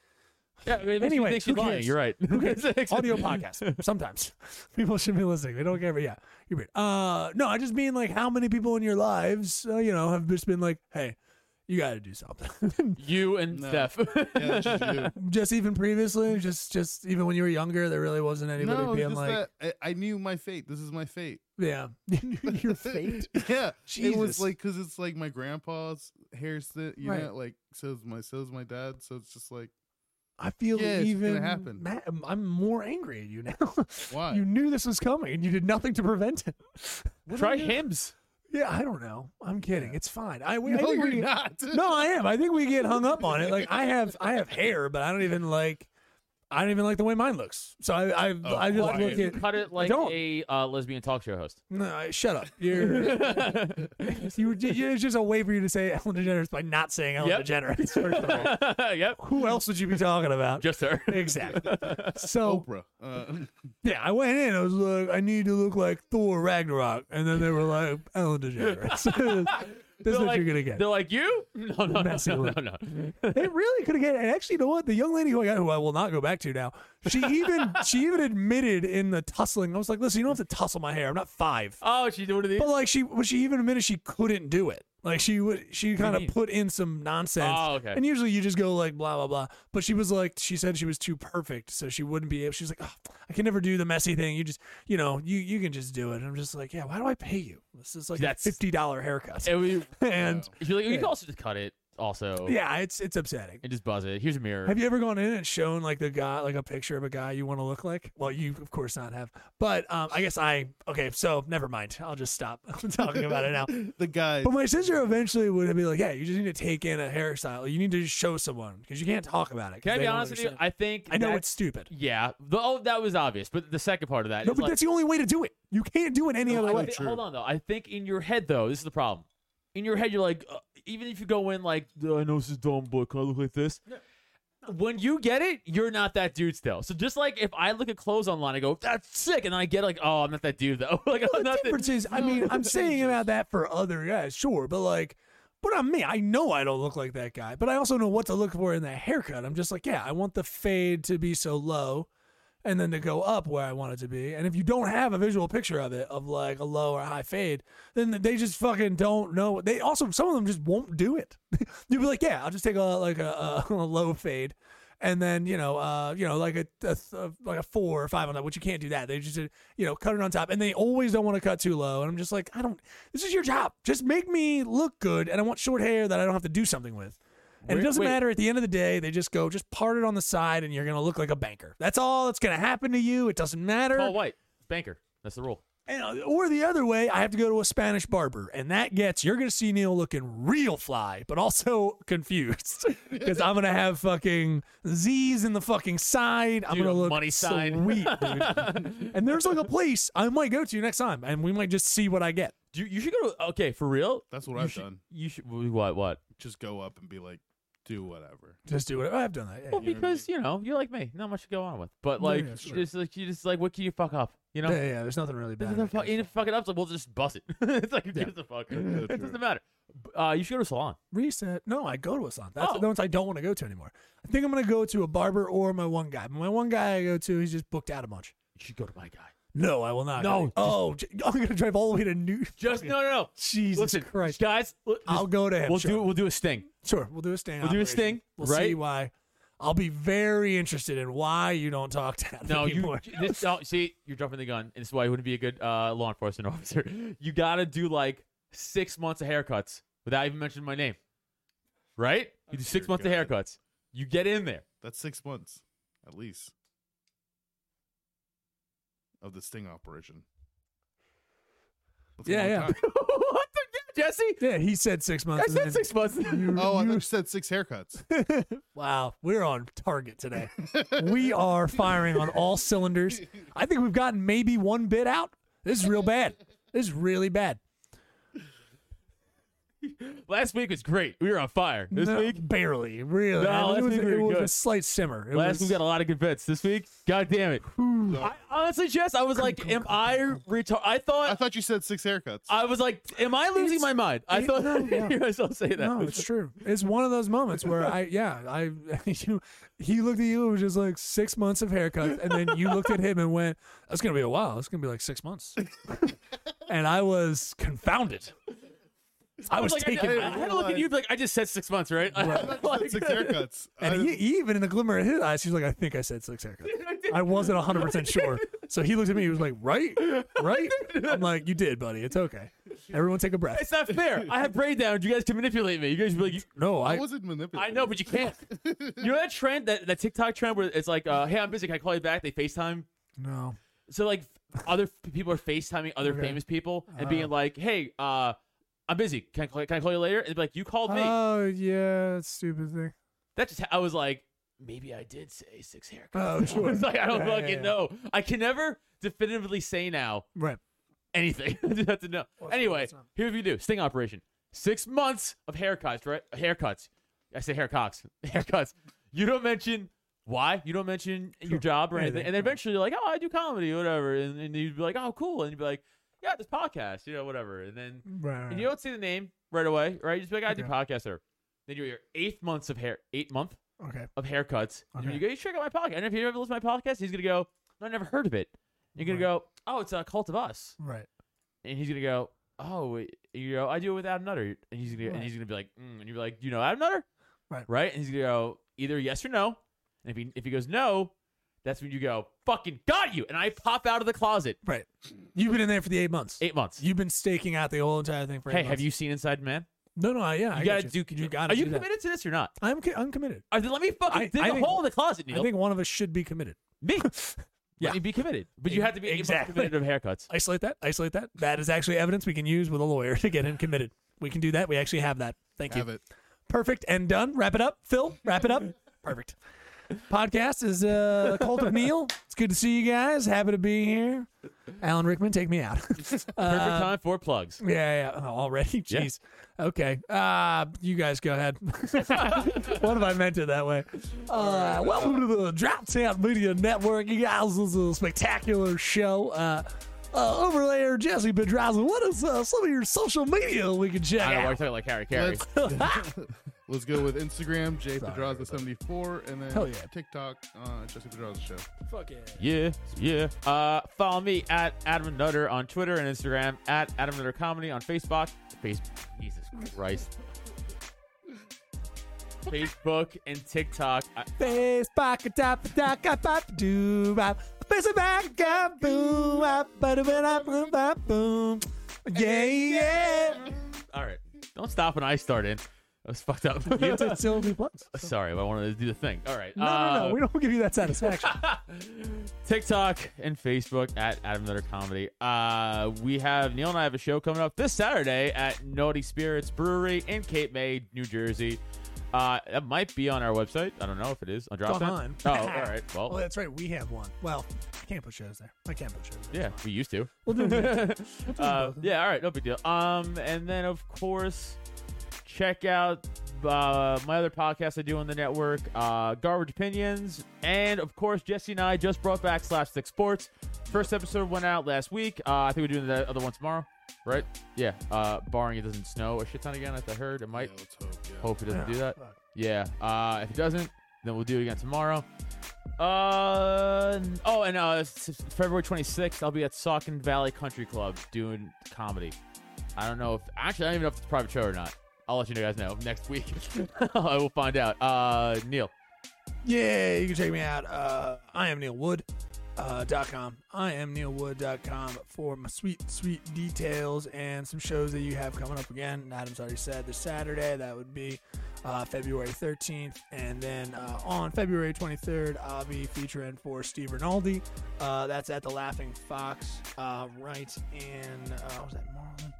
Yeah, I mean, it makes me
Anyway,
think
who
she's lying.
cares?
You're right.
Who cares?
It makes-
Audio podcast. Sometimes people should be listening. They don't care, but yeah, you're weird. Uh, no, I just mean like how many people in your lives, uh, you know, have just been like, hey, you got to do something.
You and
No.
Steph.
Yeah, that's just you.
just even previously, just just even when you were younger, there really wasn't anybody
no, it's
being
just
like,
that I, I knew my fate. This is my fate.
yeah, your fate.
yeah, it
Jesus.
was like because it's like my grandpa's hair stint. You
Right.
know, like so's my so's my dad. So it's just like
I feel
Yeah, it's gonna
even.
happen.
ma- I'm more angry at you now.
Why?
You knew this was coming, and you did nothing to prevent it.
Try hymns.
Yeah, I don't know. I'm kidding. It's fine. I, we, I
no,
think
you're
we-
not.
no, I am. I think we get hung up on it. Like I have, I have hair, but I don't even like, I don't even like the way mine looks. So I, I,
Oh,
I just
why?
look at.
Cut it like
don't.
a uh, lesbian talk show host.
No, I- shut up. You're, you were, ju- it's just a way for you to say Ellen DeGeneres by not saying Ellen
Yep.
DeGeneres. First of all,
yep,
who else would you be talking about?
just her.
exactly. So
Oprah. Uh,
yeah, I went in. I was like, I need to look like Thor Ragnarok, and then they were like Ellen DeGeneres. That's
They're
what
like,
you're gonna get.
They're like you? No, no, no,
Messy
no,
look.
no, no.
They really could have get. And actually, you know what? The young lady who I got, who I will not go back to now, she even she even admitted in the tussling. I was like, listen, you don't have to tussle my hair. I'm not five.
Oh, she did one of these.
But like she, well, she even admitted she couldn't do it. Like she would, she kind of
mean?
put in some nonsense.
Oh, okay.
And usually you just go like blah blah blah. But she was like, she said she was too perfect, so she wouldn't be able. She's like, oh, I can never do the messy thing. You just, you know, you you can just do it. And I'm just like, yeah. Why do I pay you? This is like
That's-
a fifty dollar haircut.
And we,
and
she's like, "Oh, you can also just cut it, also,
yeah, it's it's upsetting.
and just buzz it. Here's a mirror.
Have you ever gone in and shown like the guy, like a picture of a guy you want to look like? Well, you of course not have, but um, I guess I okay. So never mind. I'll just stop talking about it now.
the guy.
But my sister eventually would be like, "Yeah, you just need to take in a hairstyle. You need to just show someone because you can't talk about it." 'cause
Can I
they
be
don't
honest with you?
understand."
I think
I, know
that's-
it's stupid.
yeah. The, oh, that was obvious, but the second part of that
No,
is
but
like,
that's the only way to do it. You can't do it any
No,
other
I
way.
thi- hold on though. I think in your head though, this is the problem. In your head, you're like, uh, even if you go in like, I know this is dumb, but can I look like this? When you get it, you're not that dude still. So just like if I look at clothes online, I go, "That's sick," and I get like, "Oh, I'm not that dude though." like
Well,
I'm
the
not that.
difference is, I mean, I'm saying about that for other guys, sure, but like, but I'm me. I know I don't look like that guy, but I also know what to look for in that haircut. I'm just like, yeah, I want the fade to be so low and then to go up where I want it to be. And if you don't have a visual picture of it, of like a low or high fade, then they just fucking don't know. They also, some of them just won't do it. You'll be like, yeah, I'll just take a, like a, a, a low fade. And then you know, uh, you know, like a, a, a like a four or five on top, which you can't do that. They just uh, you know cut it on top, and they always don't want to cut too low. And I'm just like, I don't. This is your job. Just make me look good, and I want short hair that I don't have to do something with. And it
Wait-
doesn't
wait.
matter. At the end of the day, they just go, just part it on the side, and you're gonna look like a banker. That's all that's gonna happen to you. It doesn't matter.
Paul White, banker. That's the rule.
And, uh, or the other way, I have to go to a Spanish barber, and that gets you're gonna see Neil looking real fly, but also confused because I'm gonna have fucking Z's in the fucking side. I'm
Dude,
gonna
a
look
money sign.
sweet, dude. and there's like a place I might go to next time, and we might just see what I get.
Do you, you should go to okay for real?
That's what
you
I've
should-
done.
You should what what?
Just go up and be like, do whatever.
Just do it. I've done that. Yeah,
Well,
yeah.
because you know you're like me, not much to go on with. But like,
yeah, sure.
just like you just like what can you fuck up? You know,
Yeah, yeah, There's nothing really bad.
Doesn't
about
fuck,
it.
even if you fuck it up, it's like, we'll just bust it. it's like, who
Yeah.
gives a fuck?
Yeah,
it
true.
doesn't matter. B- Uh, you should go to a salon.
Reset. No, I go to a salon. That's
Oh.
the ones I don't want to go to anymore. I think I'm gonna go to a barber or my one guy. My one guy I go to, he's just booked out a bunch.
You should go to my guy.
No, I will not.
No, just-
oh, j- I'm gonna drive all the way to New.
Just no, no, no.
Jesus
Listen,
Christ.
guys. l- just-
I'll go to him.
We'll
sure.
do. We'll do a sting.
Sure, we'll do a sting.
We'll do a
operation.
sting,
We'll see
right?
why. I'll be very interested in why you don't talk to him
No, you.
anymore.
This, no, see, you're jumping the gun, and this is why you wouldn't be a good uh, law enforcement officer. You gotta do like six months of haircuts without even mentioning my name, right? You do six
Dear
months of
God.
haircuts. You get in there.
That's six months, at least, of the sting operation. That's a
Yeah,
long
yeah.
time.
what the? Jesse?
Yeah, he said six months.
I
and
said
then-
six months.
Oh, I thought you said six haircuts.
Wow, we're on target today. we are firing on all cylinders. I think we've gotten maybe one bit out. This is real bad. This is really bad.
Last week was great. We were on fire. This
No,
week,
barely, really.
No,
it
last
was,
week we
it
were
was a
good.
slight simmer. It
last
was,
week got a lot of good bets. This week, god damn it. I, honestly, Jess, I was like, am I retard? I
I
thought.
thought you said six haircuts.
I was like, "Am I losing
It's-
my mind?" I
it-
thought
no, yeah.
I hear myself say that.
no, it's true. It's one of those moments where I, yeah, I, you, he looked at you and was just like six months of haircuts, and then you looked at him and went, "That's gonna be a while. It's gonna be like six months," and I was confounded. I was
like,
taken.
I, I, had to look at you like I just said six months, right? Like-
six haircuts.
And
I-
he, he even in the glimmer of his eyes, he's like, I think I said six haircuts. I wasn't 100% sure. So he looked at me. He was like, Right? Right? I'm like, You did, buddy. It's okay. Everyone take a breath.
it's not fair. I have brain damage. You guys can manipulate me. You guys be like,
No,
I
I.
wasn't manipulating.
I know, but you can't. you know that trend, that, that TikTok trend where it's like, uh, hey, I'm busy. Can I call you back? They FaceTime.
No.
So, like, other f- people are FaceTiming other
Okay.
famous people and being like, hey, uh, I'm busy. Can I, call, can I call you later? And they'd be like, you called me.
Oh, yeah. Stupid thing.
that just, I was like, maybe I did say six haircuts.
Oh, sure.
it's like, I don't
Yeah, yeah,
fucking
yeah.
know. I can never definitively say now
Right.
anything. I just have to know.
Well, it's not-
anyway,
it's not-
here's what you do: sting operation. Six months of haircuts, right? Haircuts. I say haircuts. Haircuts. You don't mention why. You don't mention your job or anything.
Anything,
And then
right.
eventually, you're like, "Oh, I do comedy, whatever." And, and you'd be like, "Oh, cool." And you'd be like, "Yeah, this podcast, you know, whatever." And then
Right. right,
and you don't say the name right away, right? You just be like, "I do
Okay.
podcasts." Or then you're your eighth months of hair, eight month
right. Okay.
of haircuts. And
Okay.
you go, you check out my podcast. And if you ever listen to my podcast, he's gonna go, "No, I never heard of it." You're gonna
Right.
go, "Oh, it's a cult of us."
Right.
and he's gonna go, oh, wait," you go, I do it with Adam Nutter, and he's gonna, and
Right.
he's gonna be like, mm, and you're like, you know Adam Nutter,
Right.
Right, and he's gonna go either yes or no, and if he if he goes no, that's when you go, fucking got you, and I pop out of the closet.
Right. You've been in there for the eight months.
Eight months.
You've been staking out the whole entire thing for
hey,
eight
have
months.
you seen Inside Man?
No, no, I, yeah. I
you
got
gotta do.
You gotta
Are you
do that.
committed to this or not?
I'm, co- I'm committed.
Or then let me fucking
I-
dig
I
a
think-
hole in the closet, Neil.
I think one of us should be committed.
me.
Yeah.
Let me be committed, but you have to be eight months
Exactly.
committed of haircuts.
isolate that isolate that that is actually evidence we can use with a lawyer to get him committed we can do that we actually have that thank
Have
you
it.
perfect and done wrap it up phil wrap it up perfect podcast is uh the cult of neil it's good to see you guys happy to be here alan rickman take me out
Perfect
Uh,
time for plugs.
yeah, yeah. Oh, already?
Yeah.
Jeez. Okay. Uh, you guys go ahead. what if I meant it that way? Uh, welcome to the Droptown Media Network. You guys, this is a spectacular show. Uh, uh, over there, Jesse Pedraza, what is uh, some of your social media we can check
I don't know why I'm
out?
talking like Harry Carey.
Let's, let's go with Instagram, Jay Pedraza seventy four, and then
Hell yeah.
TikTok, uh, Jesse Pedraza show.
Fuck yeah.
Yeah, yeah. Uh, follow me at Adam Nutter on Twitter and Instagram, at Adam Nutter Comedy on Facebook. Face- Jesus Christ. Facebook and TikTok. I-
Face back a tap tap tap tap do bop. Face it back up boom up bada bada boom bop boom. Yeah yeah.
all right. Don't stop when I start in. I was fucked up.
You have to still be plugs.
Sorry, but I wanted to do the thing. All right. uh,
No, no, no. We don't give you that satisfaction.
TikTok and Facebook at Adam Nutter Comedy. Uh, we have Neil and I have a show coming up this Saturday at Naughty Spirits Brewery in Cape May, New Jersey. Uh, that might be on our website. I don't know if it is on Dropdown.
online.
Oh, all right. Well,
well, that's right. We have one. Well, I can't put shows there. I can't put shows there.
yeah, we used to.
We'll do it.
Uh, yeah, all right, no big deal. Um, and then of course, check out uh, my other podcast I do on the network, uh, Garbage Opinions, and of course, Jesse and I just brought back Slapstick Sports. First episode went out last week. Uh, I think we're doing the other one tomorrow, right? Yeah. Uh, barring it doesn't snow a shit ton again, as I heard, it might.
Yeah, let's hope. Yeah.
Hope it doesn't do that.
fuck.
Yeah. Uh, if it doesn't, then we'll do it again tomorrow. Uh oh, and uh, s- s- February 26th, I'll be at Saucon Valley Country Club doing comedy. I don't know if actually I don't even know if it's a private show or not. I'll let you guys know next week. I will find out. Uh, Neil,
Yeah, you can check me out. Uh, I am Neil Wood. Uh, dot com. I am neilwood.com for my sweet, sweet details and some shows that you have coming up again. Adam's already said this Saturday, that would be uh, February 13th. And then uh, on February 23rd, I'll be featuring for Steve Rinaldi. Uh, that's at the Laughing Fox, uh, right in, uh, what was that, Marlin?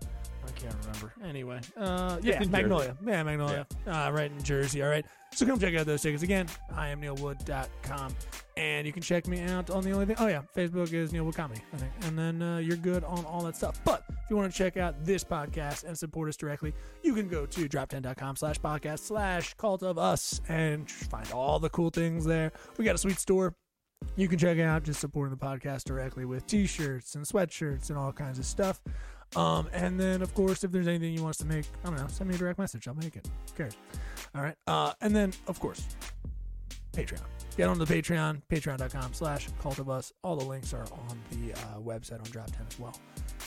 I can't remember. Anyway, uh, yeah, Magnolia. Yeah, Magnolia. Uh, right in Jersey. All right. So come check out those tickets again. I am neilwood.com. And you can check me out on the only thing. Oh, yeah. Facebook is Neil Wood Comedy, I think. And then uh, you're good on all that stuff. But if you want to check out this podcast and support us directly, you can go to drop10.com slash podcast slash cult of us and find all the cool things there. We got a sweet store you can check out just supporting the podcast directly with t-shirts and sweatshirts and all kinds of stuff um and then of course if there's anything you want us to make i don't know send me a direct message i'll make it who cares all right uh and then of course patreon get on the patreon patreon.com slash cult of us all the links are on the uh, website on drop 10 as well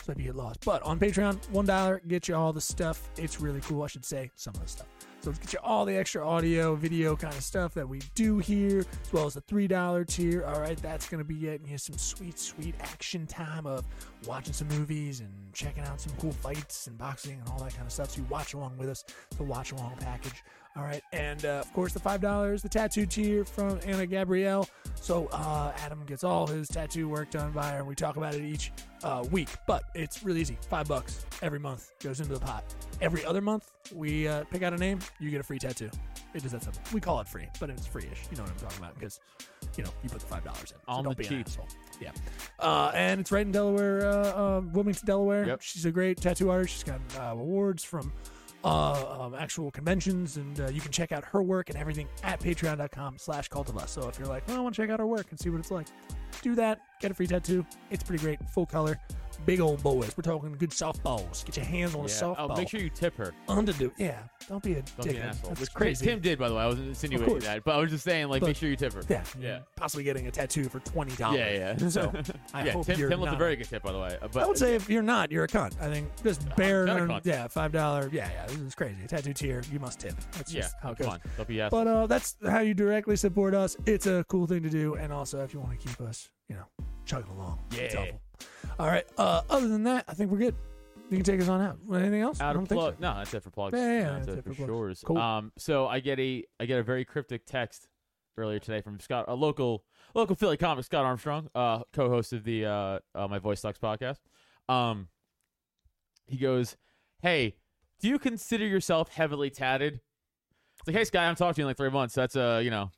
so if you get lost but on patreon one dollar get you all the stuff it's really cool i should say some of the stuff so let's get you all the extra audio, video kind of stuff that we do here, as well as the $3 tier. All right, that's going to be getting you some sweet, sweet action time of watching some movies and checking out some cool fights and boxing and all that kind of stuff. So you watch along with us, the watch along package. All right, and uh, of course, the $5, the tattoo tier from Anna Gabrielle. So uh, Adam gets all his tattoo work done by her, and we talk about it each uh, week. But it's really easy. Five bucks every month goes into the pot. Every other month, we uh, pick out a name. You get a free tattoo. It is that simple. We call it free, but it's free-ish. You know what I'm talking about? Because you know you put the five dollars in. So
On
don't be
the
an
cheap.
asshole. Yeah. Uh, and it's right in Delaware, uh, uh, Wilmington, Delaware.
Yep.
She's a great tattoo artist. She's got uh, awards from uh, um, actual conventions, and uh, you can check out her work and everything at patreon.com slash cult of us. So if you're like, well, I want to check out her work and see what it's like, do that. Get a free tattoo. It's pretty great. Full color. Big old boys. We're talking good softballs. Get your hands on a
Yeah.
softball.
Oh, make sure you tip her.
Underdo. Yeah. Don't be a
Don't
dick.
be an asshole.
That's
Which
crazy.
Tim did, by the way. I wasn't insinuating
course.
that, but I was just saying, like,
But-
make sure you tip her.
yeah.
Yeah.
Possibly getting a tattoo for twenty dollars.
Yeah, yeah.
So I
yeah,
hope
Tim,
you're
Tim left a
not-
very good tip, by the way. uh, But
I would say if you're not, you're a cunt. I think just bare,
not a
minimum-
cunt.
yeah, five dollar, yeah, yeah. This is crazy. Tattoo tier, you must tip. That's
yeah,
just how it
come
goes.
on, don't be asshole.
But uh, that's how you directly support us. It's a cool thing to do, and also if you want to keep us, you know, chugging along. It's
Yeah.
helpful. All right. Uh, other than that, I think we're good. You can take us on out. Anything else? I
out
don't
of
think so.
plug. No, that's it for plugs.
Yeah, yeah,
No,
that's it for plugs.
sure.
Cool.
Um, so I get a I get a very cryptic text earlier today from Scott, a local local Philly comic, Scott Armstrong, uh, co-host of the uh, uh My Voice Sucks podcast. Um, he goes, "Hey, do you consider yourself heavily tatted?" It's like, "Hey, Scott, I haven't talked to you in like three months. That's a you know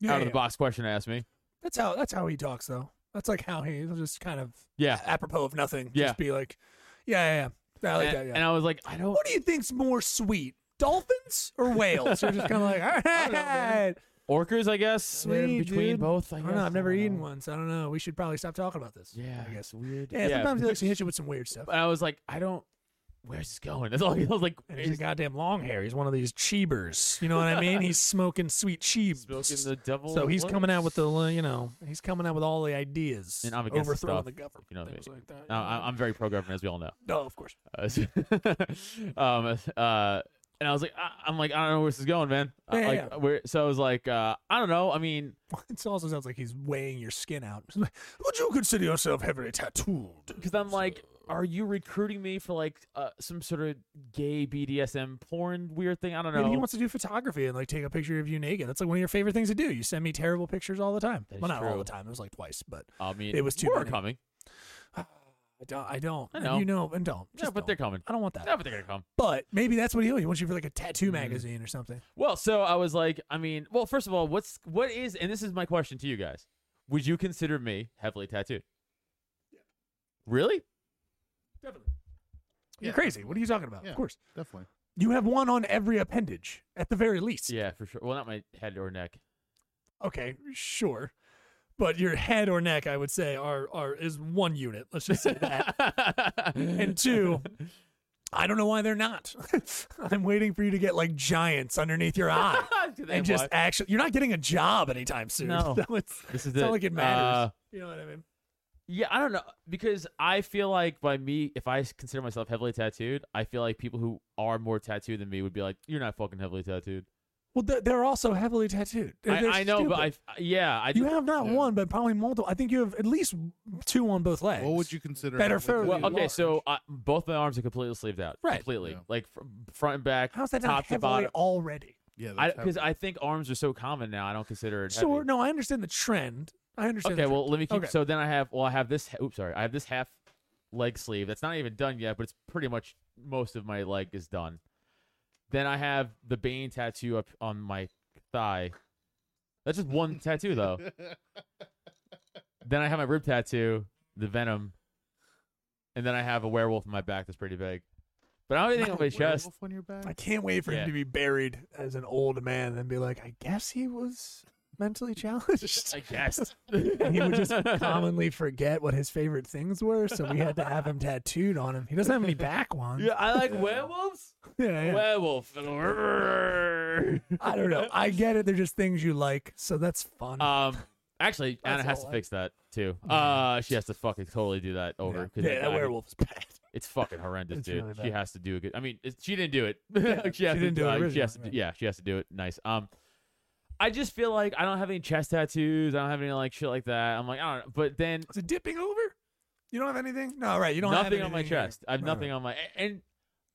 Yeah,
out of the
yeah.
box question to ask me."
That's how that's how he talks though. That's like how he he'll just kind of
Yeah,
apropos of nothing.
Yeah.
Just be like, yeah, yeah, yeah. I like
and,
that. Yeah.
and I was like, "I don't."
what do you think's more sweet, dolphins or whales? You're just kind of like, all right.
Orcas, I guess.
Sweet,
in between
dude.
both, I,
I
guess.
don't know. I've never
don't
eaten
know.
one, so I don't know. We should probably stop talking about this.
Yeah,
I guess.
weird.
Yeah, sometimes he likes to hit you with some weird stuff.
And I was like, I don't. Where's this going? That's all. I was like,
And he's a
is
goddamn long hair. He's one of these cheebers. You know what I mean? He's smoking sweet cheebs.
smoking the devil.
so he's coming out with the, uh, you know, he's coming out with all the ideas.
And I'm against the
overthrowing
stuff,
the government.
you know what I
things like that.
No, I- I'm very pro government, as we all know.
no, of course.
Uh, so- um, uh, and I was like, I- I'm like, I don't know where this is going, man. I-
Yeah,
like,
yeah.
Where, so I was like, uh, I don't know. I mean,
It also sounds like he's weighing your skin out. Would you consider yourself heavily tattooed?
because I'm like, are you recruiting me for like uh, some sort of gay BDSM porn weird thing? I don't know.
Maybe he wants to do photography and like take a picture of you naked. That's like one of your favorite things to do. You send me terrible pictures all the time.
That is
well, not all
true.
the time. It was like twice, but
I mean,
It was too
more
many.
coming.
I don't. I don't.
I
And
know.
You know, and don't.
Yeah,
Just
but they're
don't.
coming.
I don't want that.
No, but they're gonna come. Mm-hmm.
But maybe that's what he wants. He wants you for like a tattoo magazine or something.
Well, so I was like, I mean, well, first of all, what's what is, and this is my question to you guys: Would you consider me heavily tattooed? Really?
You're
Yeah.
crazy. What are you talking about?
Yeah.
Of course.
Definitely.
You have one on every appendage, at the very least.
Yeah, for sure. Well, not my head or neck.
Okay, sure. But your head or neck, I would say, are are is one unit. Let's just say that. and
and
two, I don't know why they're not. I'm waiting for you to get like giants underneath your eye. and just actually, you're not getting a job anytime soon.
No.
So it's,
this is
it's not like it matters.
Uh,
you know what I mean?
yeah, I don't know because I feel like by me, if I consider myself heavily tattooed, I feel like people who are more tattooed than me would be like, "You're not fucking heavily tattooed."
Well, they're, they're also heavily tattooed. They're-
I,
they're
I know, but I
stupid.
f- yeah, I
you have not
Yeah.
one, but probably multiple. I think you have at least two on both legs.
What would you consider
Better
heavily
for-
tattooed?
Well,
really
okay, so uh, both my arms are completely sleeved out,
Right.
Completely,
Yeah.
like fr- front and back,
How's that not
top to
heavily
bottom.
already?
yeah, that's
Because
heavy.
I, think arms are so common now, I don't consider it.
Sure.
heavy.
No, I understand the trend. I understand.
Okay,
the trend.
well let me keep.
Okay.
So then I have. Well, I have this. Oops, sorry. I have this half leg sleeve. That's not even done yet, but it's pretty much most of my leg is done. Then I have the Bane tattoo up on my thigh. That's just one tattoo though. Then I have my rib tattoo, the Venom, and then I have a werewolf on my back that's pretty big. But I don't have anything on my chest.
Werewolf on your back?
I can't wait for
Yeah.
him to be buried as an old man and be like, I guess he was mentally challenged.
I guess.
and he would just commonly forget what his favorite things were, so we had to have him tattooed on him. He doesn't have any back ones.
Yeah, I like werewolves.
yeah, yeah.
Werewolf.
I don't know. I get it. They're just things you like, so that's fun.
Um, actually, Anna
That's all
has to
I- Mm-hmm.
fix that too. Uh, she has to fucking totally do that over.
yeah,
'cause
yeah
I
that
mean,
werewolf is bad.
It's fucking horrendous,
It's
dude.
really
she
bad.
has to do a good. I mean, it, she didn't do it. she, has to,
didn't do it
uh, She has to,
originally,
do- Yeah, she has to do it. Nice. Um, I just feel like I don't have any chest tattoos. I don't have any like shit like that. I'm like I don't. know. But then
Is it dipping over? You don't have anything? No, right. You don't have
nothing on my
anything here.
chest. I have
Right,
nothing on my a- and.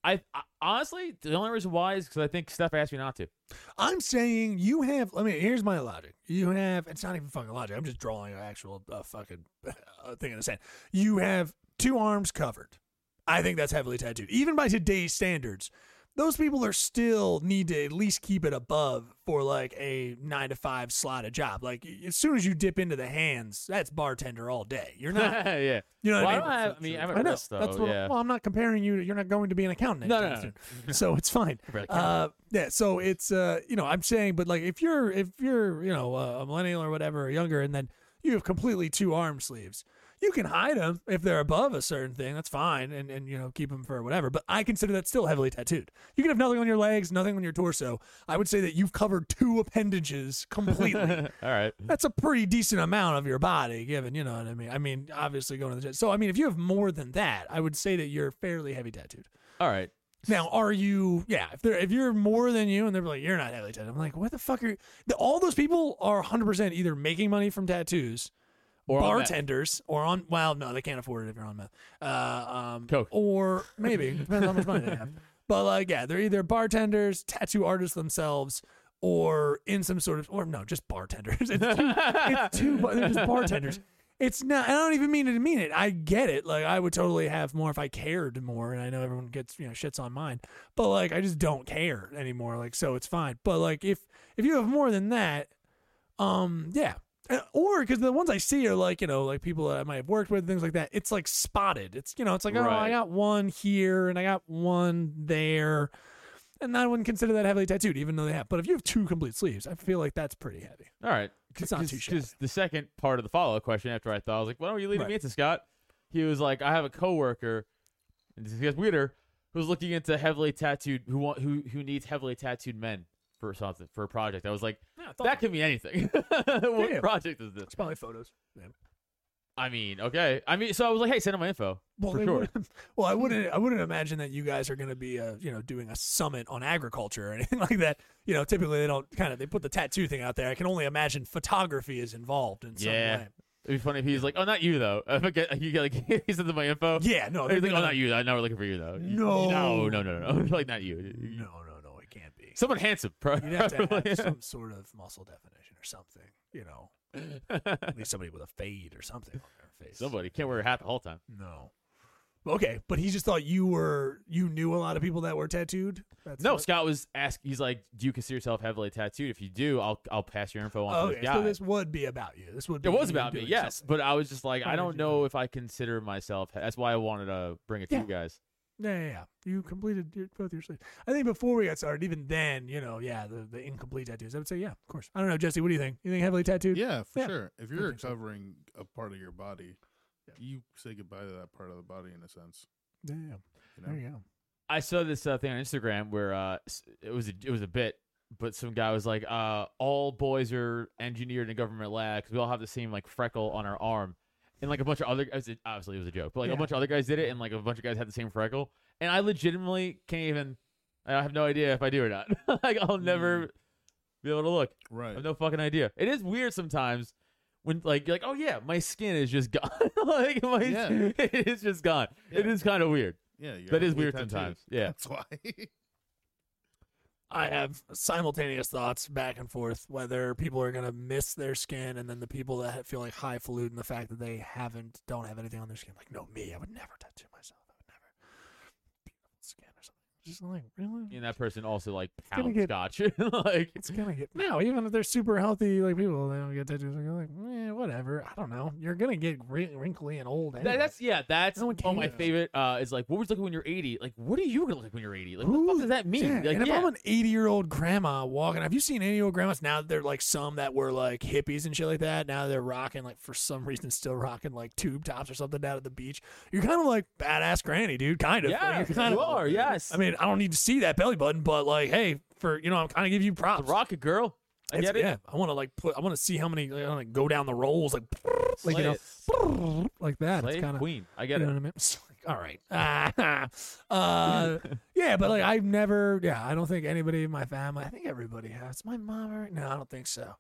I, I honestly, the only reason why is because I think Steph asked me not to.
I'm saying you have. I mean, here's my logic. You have. It's not even fucking logic. I'm just drawing an actual uh, fucking uh, thing in the sand. You have two arms covered. I think that's heavily tattooed, even by today's standards. Those people are still need to at least keep it above for like a nine to five slotted job. Like as soon as you dip into the hands, that's bartender all day. You're not.
yeah.
You know what I
Well, I
mean?
don't have- I mean, I have a
know.
wrist, though,
That's what,
yeah.
Well, I'm not comparing you. To, you're not going to be an accountant.
No,
anytime
no, no.
soon. so it's fine.
Really can't.
Uh, yeah. So it's uh, you know, I'm saying, but like, if you're if you're you know uh, a millennial or whatever, or younger, and then you have completely two arm sleeves, you can hide them if they're above a certain thing. That's fine, and and you know keep them for whatever. But I consider that still heavily tattooed. You can have nothing on your legs, nothing on your torso. I would say that you've covered two appendages completely.
All right.
that's a pretty decent amount of your body given you know what i mean i mean obviously going to the gym so i mean if you have more than that i would say that you're fairly heavy tattooed
All right.
now are you yeah if they're if you're more than you and they're like you're not heavily tattooed i'm like what the fuck are you the, all those people are 100% either making money from tattoos
Or on meth.
bartenders or on well no they can't afford it if you're on meth uh, um,
Coke.
or maybe depends how much money they have but like yeah they're either bartenders tattoo artists themselves or in some sort of or no just bartenders it's two, it's two bar- they're just bartenders it's not i don't even mean it to mean it i get it like i would totally have more if i cared more and i know everyone gets you know shits on mine but like i just don't care anymore like so it's fine but like if if you have more than that um, yeah. Uh, Or because the ones I see are like you know like people that I might have worked with things like that. It's like spotted. It's you know it's like oh I
Right.
got one here and I got one there, and I wouldn't consider that heavily tattooed even though they have. But if you have two complete sleeves, I feel like that's pretty heavy.
All right.
It's not too shabby.
Because the second part of the follow up question after I thought, I was like, why don't you leading
Right.
me into, Scott? He was like, I have a coworker, and this gets weirder, who's looking into heavily tattooed, who want, who who needs heavily tattooed men for something, for a project. I was like, that could be anything. what
Yeah.
project is this?
It's probably photos. Yeah.
I mean, okay. I mean, so I was like, hey, send him my info.
Well,
for
they
sure.
wouldn't- well, I wouldn't. I wouldn't imagine that you guys are going to be, uh, you know, doing a summit on agriculture or anything like that. You know, typically they don't kind of they put the tattoo thing out there. I can only imagine photography is involved in some
Yeah.
way.
It'd be funny if he's like, oh, not you, though. If I get, you get like, he sent him my info.
Yeah, no,
Or
they're
He's like, oh,
gonna-
not you. I know we're looking for you, though. You-
No.
No, no, no, no. like, not you.
No, no, no, it can't be.
Someone handsome, pro-
You'd have to
probably.
have some sort of muscle definition or something, you know. At least somebody with a fade or something on their face.
Somebody can't wear a hat the whole time.
No. Okay, but he just thought you were you knew a lot of people that were tattooed. That's
no,
what-
Scott was asked. He's like, "Do you consider yourself heavily tattooed? If you do, I'll I'll pass your info on
Oh,
to this
okay,
guy."
so this would be about you. This would. Be
it was
you
about me,
doing
yes,
something.
but I was just like, I
Something
don't
you
know if I consider myself. That's why I wanted to bring it to
Yeah.
you guys.
Yeah, yeah, yeah. You completed your, both your sleeves. I think before we got started, even then, you know, yeah, the, the incomplete tattoos. I would say, yeah, of course. I don't know, Jesse. What do you think? You think heavily tattooed?
Yeah, for
Yeah.
sure. If you're
think so.
covering a part of your body, you say goodbye to that part of the body in a sense.
Yeah, yeah.
You know?
There you go.
I saw this uh, thing on Instagram where uh, s- it was a, it was a bit, but some guy was like, uh, "All boys are engineered in a government lab because we all have the same like freckle on our arm." And like a bunch of other guys, it- obviously it was a joke, but like
Yeah.
a bunch of other guys did it, and like a bunch of guys had the same freckle. And I legitimately can't even. I have no idea if I do or not. like I'll never be able to look. I
Mm. Right.
have no fucking idea. It is weird sometimes when like you're like, oh yeah, my skin is just gone. like my,
Yeah.
it is just gone. It
Yeah.
is kind of weird.
Yeah, you're
That is
heavily
weird
tattooed.
sometimes. Yeah.
That's why.
I have simultaneous thoughts back and forth whether people are gonna miss their skin, and then the people that feel like highfalutin the fact that they haven't don't have anything on their skin. Like, no, me, I would never tattoo. just like really.
And that person also like
gonna
pound
get-
scotch. like
It's gonna get no. Even if they're super healthy, like people, they don't get tattoos. They're like, eh, whatever. I don't know. You're gonna get wri- wrinkly and old.
That-
anyway.
that's yeah, that's
No one
one of my
cares.
favorite. Uh, is like, what was like when you're 80? Like, what are you gonna look like when you're 80? Like, what the
Ooh,
fuck does that mean?
Yeah,
Like,
and if
yeah.
I'm an 80 year old grandma walking, have you seen 80 year old grandmas? Now they're like some that were like hippies and shit like that. Now they're rocking like for some reason still rocking like tube tops or something down at the beach. You're kind of like badass granny, dude. Kind of. Like,
Yeah,
you're kind
you
of,
are, yes.
I mean, I don't need to see that belly button, but like, hey, for you know, I'm kind of give you props.
rocket girl. I
It's-
get it.
Yeah, I want to like put. I want to see how many. Like, I want to go down the rolls like, like you
Slay
know,
it.
like that.
Slay
it's kind of
queen. I get
you know
it.
what I mean? It's like, all right. Ah, uh, yeah, but like I've never, yeah, I don't think anybody in my family, I think everybody has. My mom, or- no, I don't think so.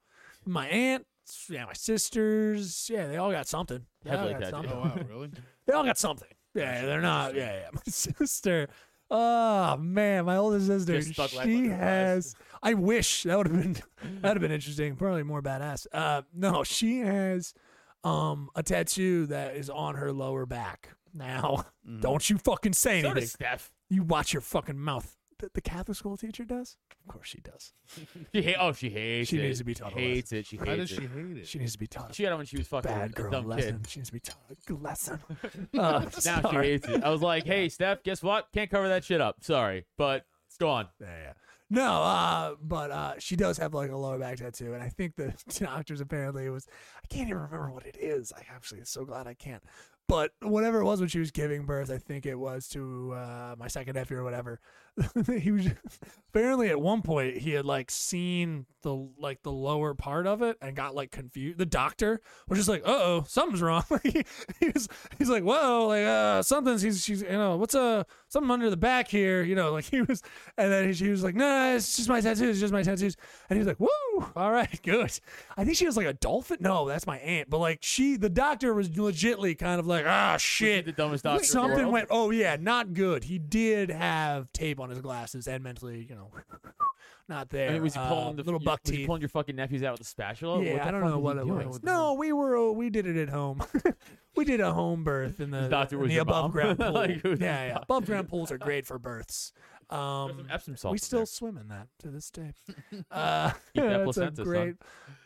My aunt, yeah, my sisters, yeah, they all got something. They all
Heavily
got
tattooed.
something.
Oh wow, really?
They all got something. Yeah, they're not. Yeah, yeah. My sister. Oh man, my older sister.
Just stuck life
She
under her eyes.
has. I wish that would have been that would have been interesting. Probably more badass. Uh, no, she has um a tattoo that is on her lower back. Now,
Mm-hmm.
don't you fucking say
So
anything.
does Steph.
You watch your fucking mouth. The, the Catholic school teacher does. Of course she does.
She hate. Oh, she hates.
She
it.
needs to be taught a
Hates it. She hates
How does
it.
she hate it?
She needs to be taught.
She had it when she was
a
fucking
bad
a
girl
dumb
lesson.
kid.
She needs to be taught a good lesson. Uh,
Now
sorry.
she hates it. I was like, hey, Steph, guess what? Can't cover that shit up. Sorry, but it's gone.
Yeah, yeah. No, uh, but uh, she does have like a lower back tattoo, and I think the doctors apparently it was I can't even remember what it is. I actually so glad I can't. But whatever it was when she was giving birth, I think it was to uh, my second nephew or whatever. he was apparently at one point he had like seen the like the lower part of it and got like confused. The doctor was just like, "Uh oh, something's wrong." Like, he, he was he's like, "Whoa, like uh something's he's she's you know what's uh something under the back here," you know, like he was, and then she was like, "No, no, it's just my tattoos, it's just my tattoos," and he was like, "Woo, all right, good." I think she was like a dolphin. No, that's my aunt, but like she, the doctor was legitly kind of like, "Ah, shit."
The dumbest doctor. in the
Something
world.
went. Oh yeah, not good. He did have tape on his glasses and mentally, you know, not there.
I mean, was he pulling
Uh,
the
little
you-
buck
was he
teeth?
pulling your fucking nephews out with a spatula?
yeah,
what the
I don't
fuck
know
was
what
he
it
doing?
was. No, we were uh, we did it at home. we did a home birth in the,
The doctor
in
was
the
your mom?
above ground pool.
Like, who
yeah,
was your
yeah.
doc-
Above ground pools are great for births. Um,
some Epsom salt
we
in
still
there.
swim in that to this day. Uh,
Eat that
that's a
placenta, son.
great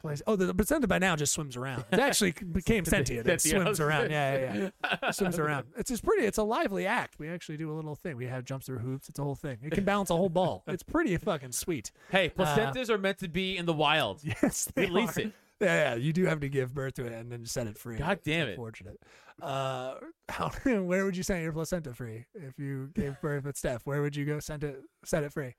place. Oh, the, the placenta by now just swims around. It actually became sentient. It
Sentient.
swims around. Yeah, yeah, yeah. It swims around. It's just pretty. It's a lively act. We actually do a little thing. We have jumps through hoops. It's a whole thing. It can bounce a whole ball. It's pretty fucking sweet.
Hey, placentas are meant to be in the wild.
Yes, they
Release
are.
it.
Yeah, yeah, you do have to give birth to it and then set it free.
God
It's
damn it.
Unfortunate. Uh, how, where would you set your placenta free if you gave birth with Steph? Where would you go send it, set it free?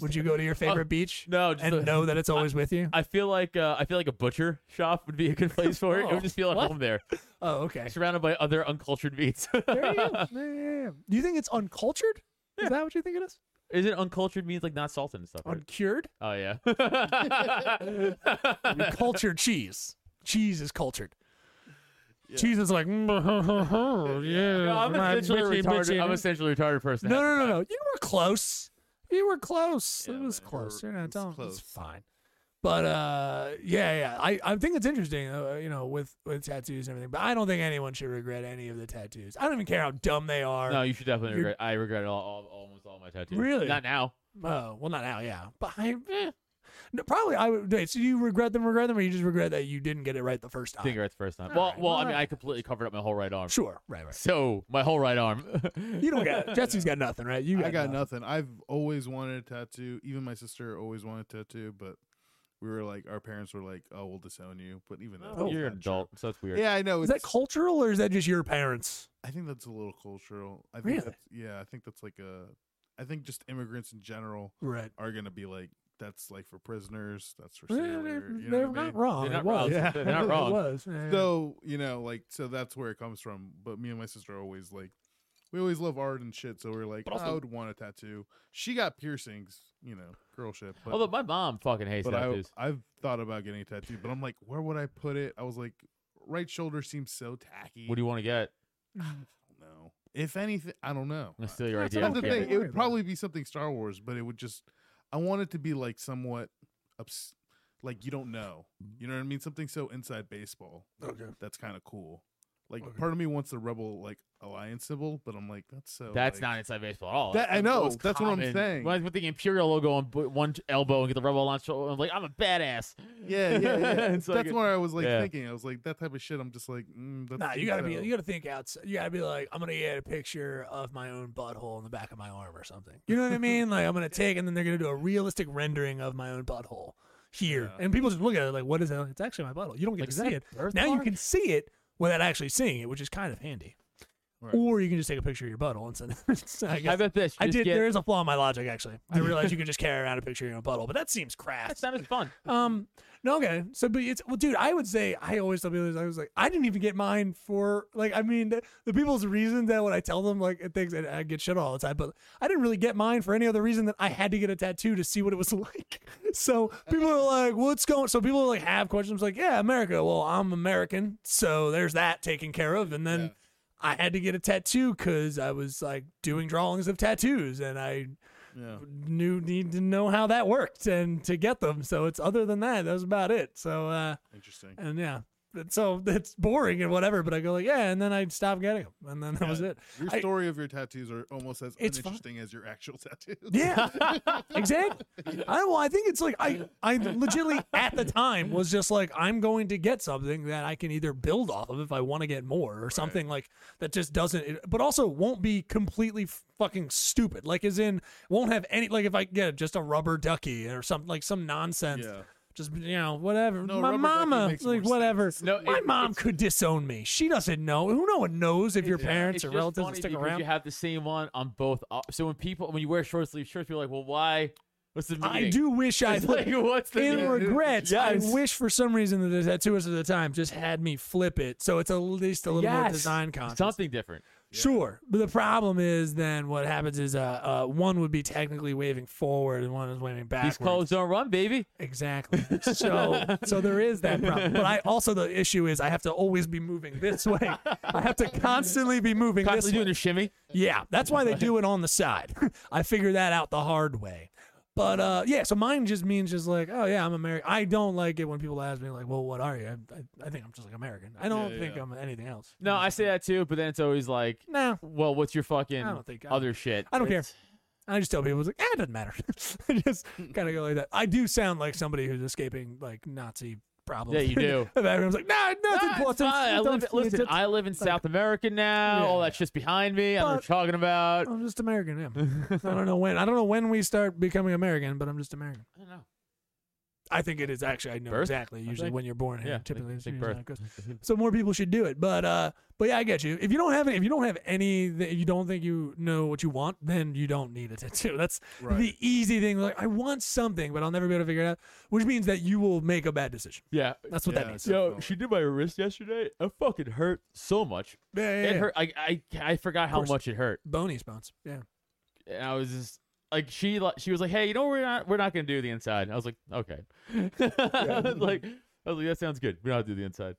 Would you go to your favorite beach?
no, just
and
a-
know that it's always with you.
I feel like uh, I feel like a butcher shop would be a good place for it. it
Oh,
would just feel at
what?
home there,
oh, okay.
surrounded by other uncultured meats.
There you go. Yeah, yeah, yeah. You think it's uncultured? Is that what you think it is?
Is it uncultured means like not salted and stuff? right?
Uncured?
Oh yeah.
cultured cheese. Cheese is cultured. Cheese is like, yeah.
No, I'm
my bitchy,
essentially a retarded.
bitchy.
I'm essentially a retarded person.
No,
half
no,
the
no,
time.
no. You were close. You were close.
Yeah,
it was
man, you were-
close. You're not
it's
telling. It's
close.
fine. But uh, yeah, yeah. I, I think it's interesting, uh, you know, with with tattoos and everything. But I don't think anyone should regret any of the tattoos. I don't even care how dumb they are.
No, you should definitely
You're-
regret. I regret all, all, almost all my tattoos.
Really?
Not now.
Oh, well, not now. Yeah, but I. eh. No, probably I would. Wait, so you regret them, regret them, or you just regret that you didn't get it right the first time?
Finger at the first time. Well,
Alright,
well, I
well,
mean, I
alright.
completely covered up my whole right arm.
Sure. Right. Right.
So my whole right arm.
You don't get. it. Jesse's got nothing, right? You got.
I got nothing. I've always wanted a tattoo. Even my sister always wanted a tattoo, but we were like, our parents were like, "Oh, we'll disown you." But even that,
Oh,
was
You're
not
an
true.
adult, so that's weird.
Yeah, I know.
Is that
it's-
cultural or is that just your parents?
I think that's a little cultural. I think
Really?
that's, yeah, I think that's like a. I think just immigrants in general
Right.
are gonna be like, "That's like for prisoners. That's for
Eh,
sailor."
They're,
you know
they're
what I
not
mean?
wrong.
They're not
It was.
wrong.
Yeah.
They're not
It
wrong.
was. Yeah.
So you know, like, so that's where it comes from. But me and my sister always like, we always love art and shit. So we are like, I would want a tattoo. She got piercings, you know, girl shit. But,
Although my mom fucking hates
but I,
tattoos.
I've thought about getting a tattoo, but I'm like, where would I put it? I was like, right shoulder seems so tacky.
What do you want to get?
you know? If anything, I don't know.
I'm gonna steal your
That's
idea.
That's
don't
the
care.
thing.
okay.
It
Worry
would
about
probably be something Star Wars, but it would just. I want it to be like somewhat, ups,
Mm.
like you don't know. You know what I mean? Something so inside baseball.
Okay.
That's kind of cool. Like,
Okay.
part of me wants the Rebel like alliance symbol, but I'm like, that's so.
That's
like-
not inside baseball at all.
That- I
the
know,
most
that's what I'm
common-
saying.
When I put the Imperial logo on b- one elbow and get the Rebel launch, I'm like, I'm a badass.
Yeah, yeah, yeah.
It's
that's
like-
where I was like
yeah.
thinking. I was like, that type of shit. I'm just like, mm, that's
Nah, you
too
gotta be
ghetto.
you gotta think outside. You gotta be like, I'm gonna get a picture of my own butthole on the back of my arm or something. You know what I mean? Like I'm gonna take and then they're gonna do a realistic rendering of my own butthole here,
Yeah.
and people just look at it like, what is it? It's actually my butthole. You don't get to
Like, is
see
that a
it.
birth
Now you
mark?
can see it without actually seeing it, which is kind of handy.
Right.
Or you can just take a picture of your butthole and send it. So I,
I,
guess,
bet this.
I
just
did.
Get,
There is a flaw in my logic actually. I realized you could just carry around a picture of your own butthole, but that seems crass.
that's not as fun.
Um, no, okay. So, but it's well, dude. I would say I always tell people this. I was like, I didn't even get mine for like. I mean, the, the people's reason that when I tell them like things, and I get shit all the time. But I didn't really get mine for any other reason than I had to get a tattoo to see what it was like. So people are like, "What's going?" So people like have questions like, "Yeah, America." Well, I'm American, so there's that taken care of. And then
Yeah.
I had to get a tattoo because I was like doing drawings of tattoos, and I
Yeah.
knew need to know how that worked and to get them. So it's other than that, that was about it. So uh
Interesting.
and yeah. And So it's boring and whatever, but I go like, yeah, and then I stopped getting them, and then that was
Yeah.
it.
Your
I-
story of your tattoos are almost as
It's fun.
uninteresting as your actual tattoos.
Yeah, exactly. I don't. Well, I think it's like I, I legitimately at the time was just like, I'm going to get something that I can either build off of if I want to get more, or something like that just doesn't, it- but also won't be completely fucking stupid. Like, as in, won't have any. Like, if I get just a rubber ducky or something like some nonsense,
Yeah.
just you know whatever.
No,
My
rubber ducky
mama,
makes more
like whatever.
sense.
No,
My
it-
mom
it's-
could disown me. She doesn't know. Who no one knows if your
It's-
parents
it's
or
just
relatives will
funny
stick
because
around.
You have the same one on both. op- So when people, when you wear short sleeve shirts, people are like, well, why? What's the meaning?
I do wish I
It's like, what's the
in
meaning?
regrets, I
Yes.
wish for some reason that the tattooist at the time just had me flip it, so it's at least a little more
Yes.
design conscious.
Something different.
Sure, but the problem is then what happens is uh, uh one would be technically waving forward and one is waving backwards.
These clothes don't run, baby.
Exactly. So so there is that problem. But I also the issue is I have to always be moving this way. I have to constantly be moving
Constantly
this way.
doing a shimmy.
Yeah, that's why they do it on the side. I figured that out the hard way. But uh, yeah, so mine just means just like, oh yeah, I'm American. I don't like it when people ask me like, well, what are you? I, I, I think I'm just like American. I don't
Yeah,
think
yeah.
I'm anything else.
No, I say that too, but then it's always like,
No,
well, what's your fucking
I don't think I-
other shit?
I don't care.
It's-
I just tell people it's like, eh, it doesn't matter. I just kind of go like that. I do sound like somebody who's escaping like Nazi problems.
Yeah, you do.
And Everyone's like, nah, nothing.
Ah, it's fine. I live, listen, I live in South America now. All
Yeah.
that shit's behind me. I don't know what
But-
you're talking about.
I'm just American. Yeah. I don't know when. I don't know when we start becoming American, but I'm just American.
I don't know.
I think it is actually. I know
Birth,
exactly.
I
Usually,
think.
when you're born,
Yeah,
here,
like-
typically it's
like
usually
birth.
how it goes. So more people should do it. But uh, but yeah, I get you. If you don't have it, if you don't have any, that you don't think you know what you want, then you don't need a tattoo. That's
Right.
the easy thing. Like I want something, but I'll never be able to figure it out, which means that you will make a bad decision.
Yeah.
That's what that
Yeah,
means.
Yo,
definitely.
she did my wrist yesterday. It fucking hurt so much.
Yeah, yeah,
It
yeah.
hurt. I, I I forgot how
course.
much it hurt.
Bony spots. Yeah.
And I was just like, she li- she was like, hey, you know, we're not we're not gonna do the inside. I was like, okay. I was like I was like, that sounds good. We're not gonna do the inside.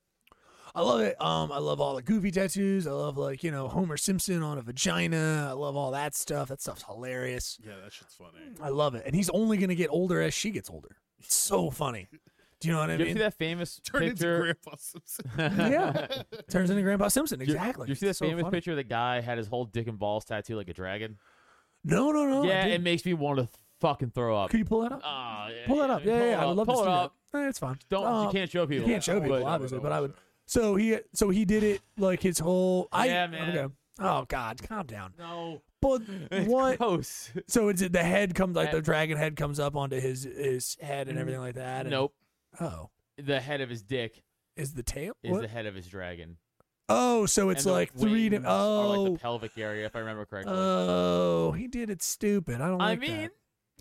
I love it. Um, I love all the goofy tattoos. I love like you know Homer Simpson on a vagina. I love all that stuff. That stuff's hilarious.
Yeah, that shit's funny.
I love it. And he's only going to get older as she gets older. It's so funny. Do you know what I
Did you ever see
mean?
that famous
Turn into
picture?
Grandpa Simpson.
Yeah. Turns into Grandpa Simpson.
You-
Exactly.
You, see that
It's so
famous
funny.
picture of the guy had his whole dick and balls tattooed like a dragon?
No, no, no. I
yeah, it
didn't.
makes me want to fucking throw up.
Oh, Could you pull that up?
Ah, yeah,
pull that up. Yeah, yeah. yeah. I would love
pull
to
it
see
up.
that. Eh, it's fine.
Don't
Um,
you can't show
you
people.
can't show people,
but-
obviously, but I would. So he, so he did it like his whole. I,
Yeah, man.
okay. Oh God, calm down.
No,
But
it's
what?
Gross.
So it's the head comes like
That-
the dragon head comes up onto his his head and everything like that. and-
Mm-hmm. Nope.
Oh,
The head of his dick
is the tail?
is
What?
the head of his dragon.
oh, so it's
And the
like three. Di-
wings
oh,
are like the pelvic area, if I remember correctly.
Oh, he did it stupid. I don't
I
like that.
mean,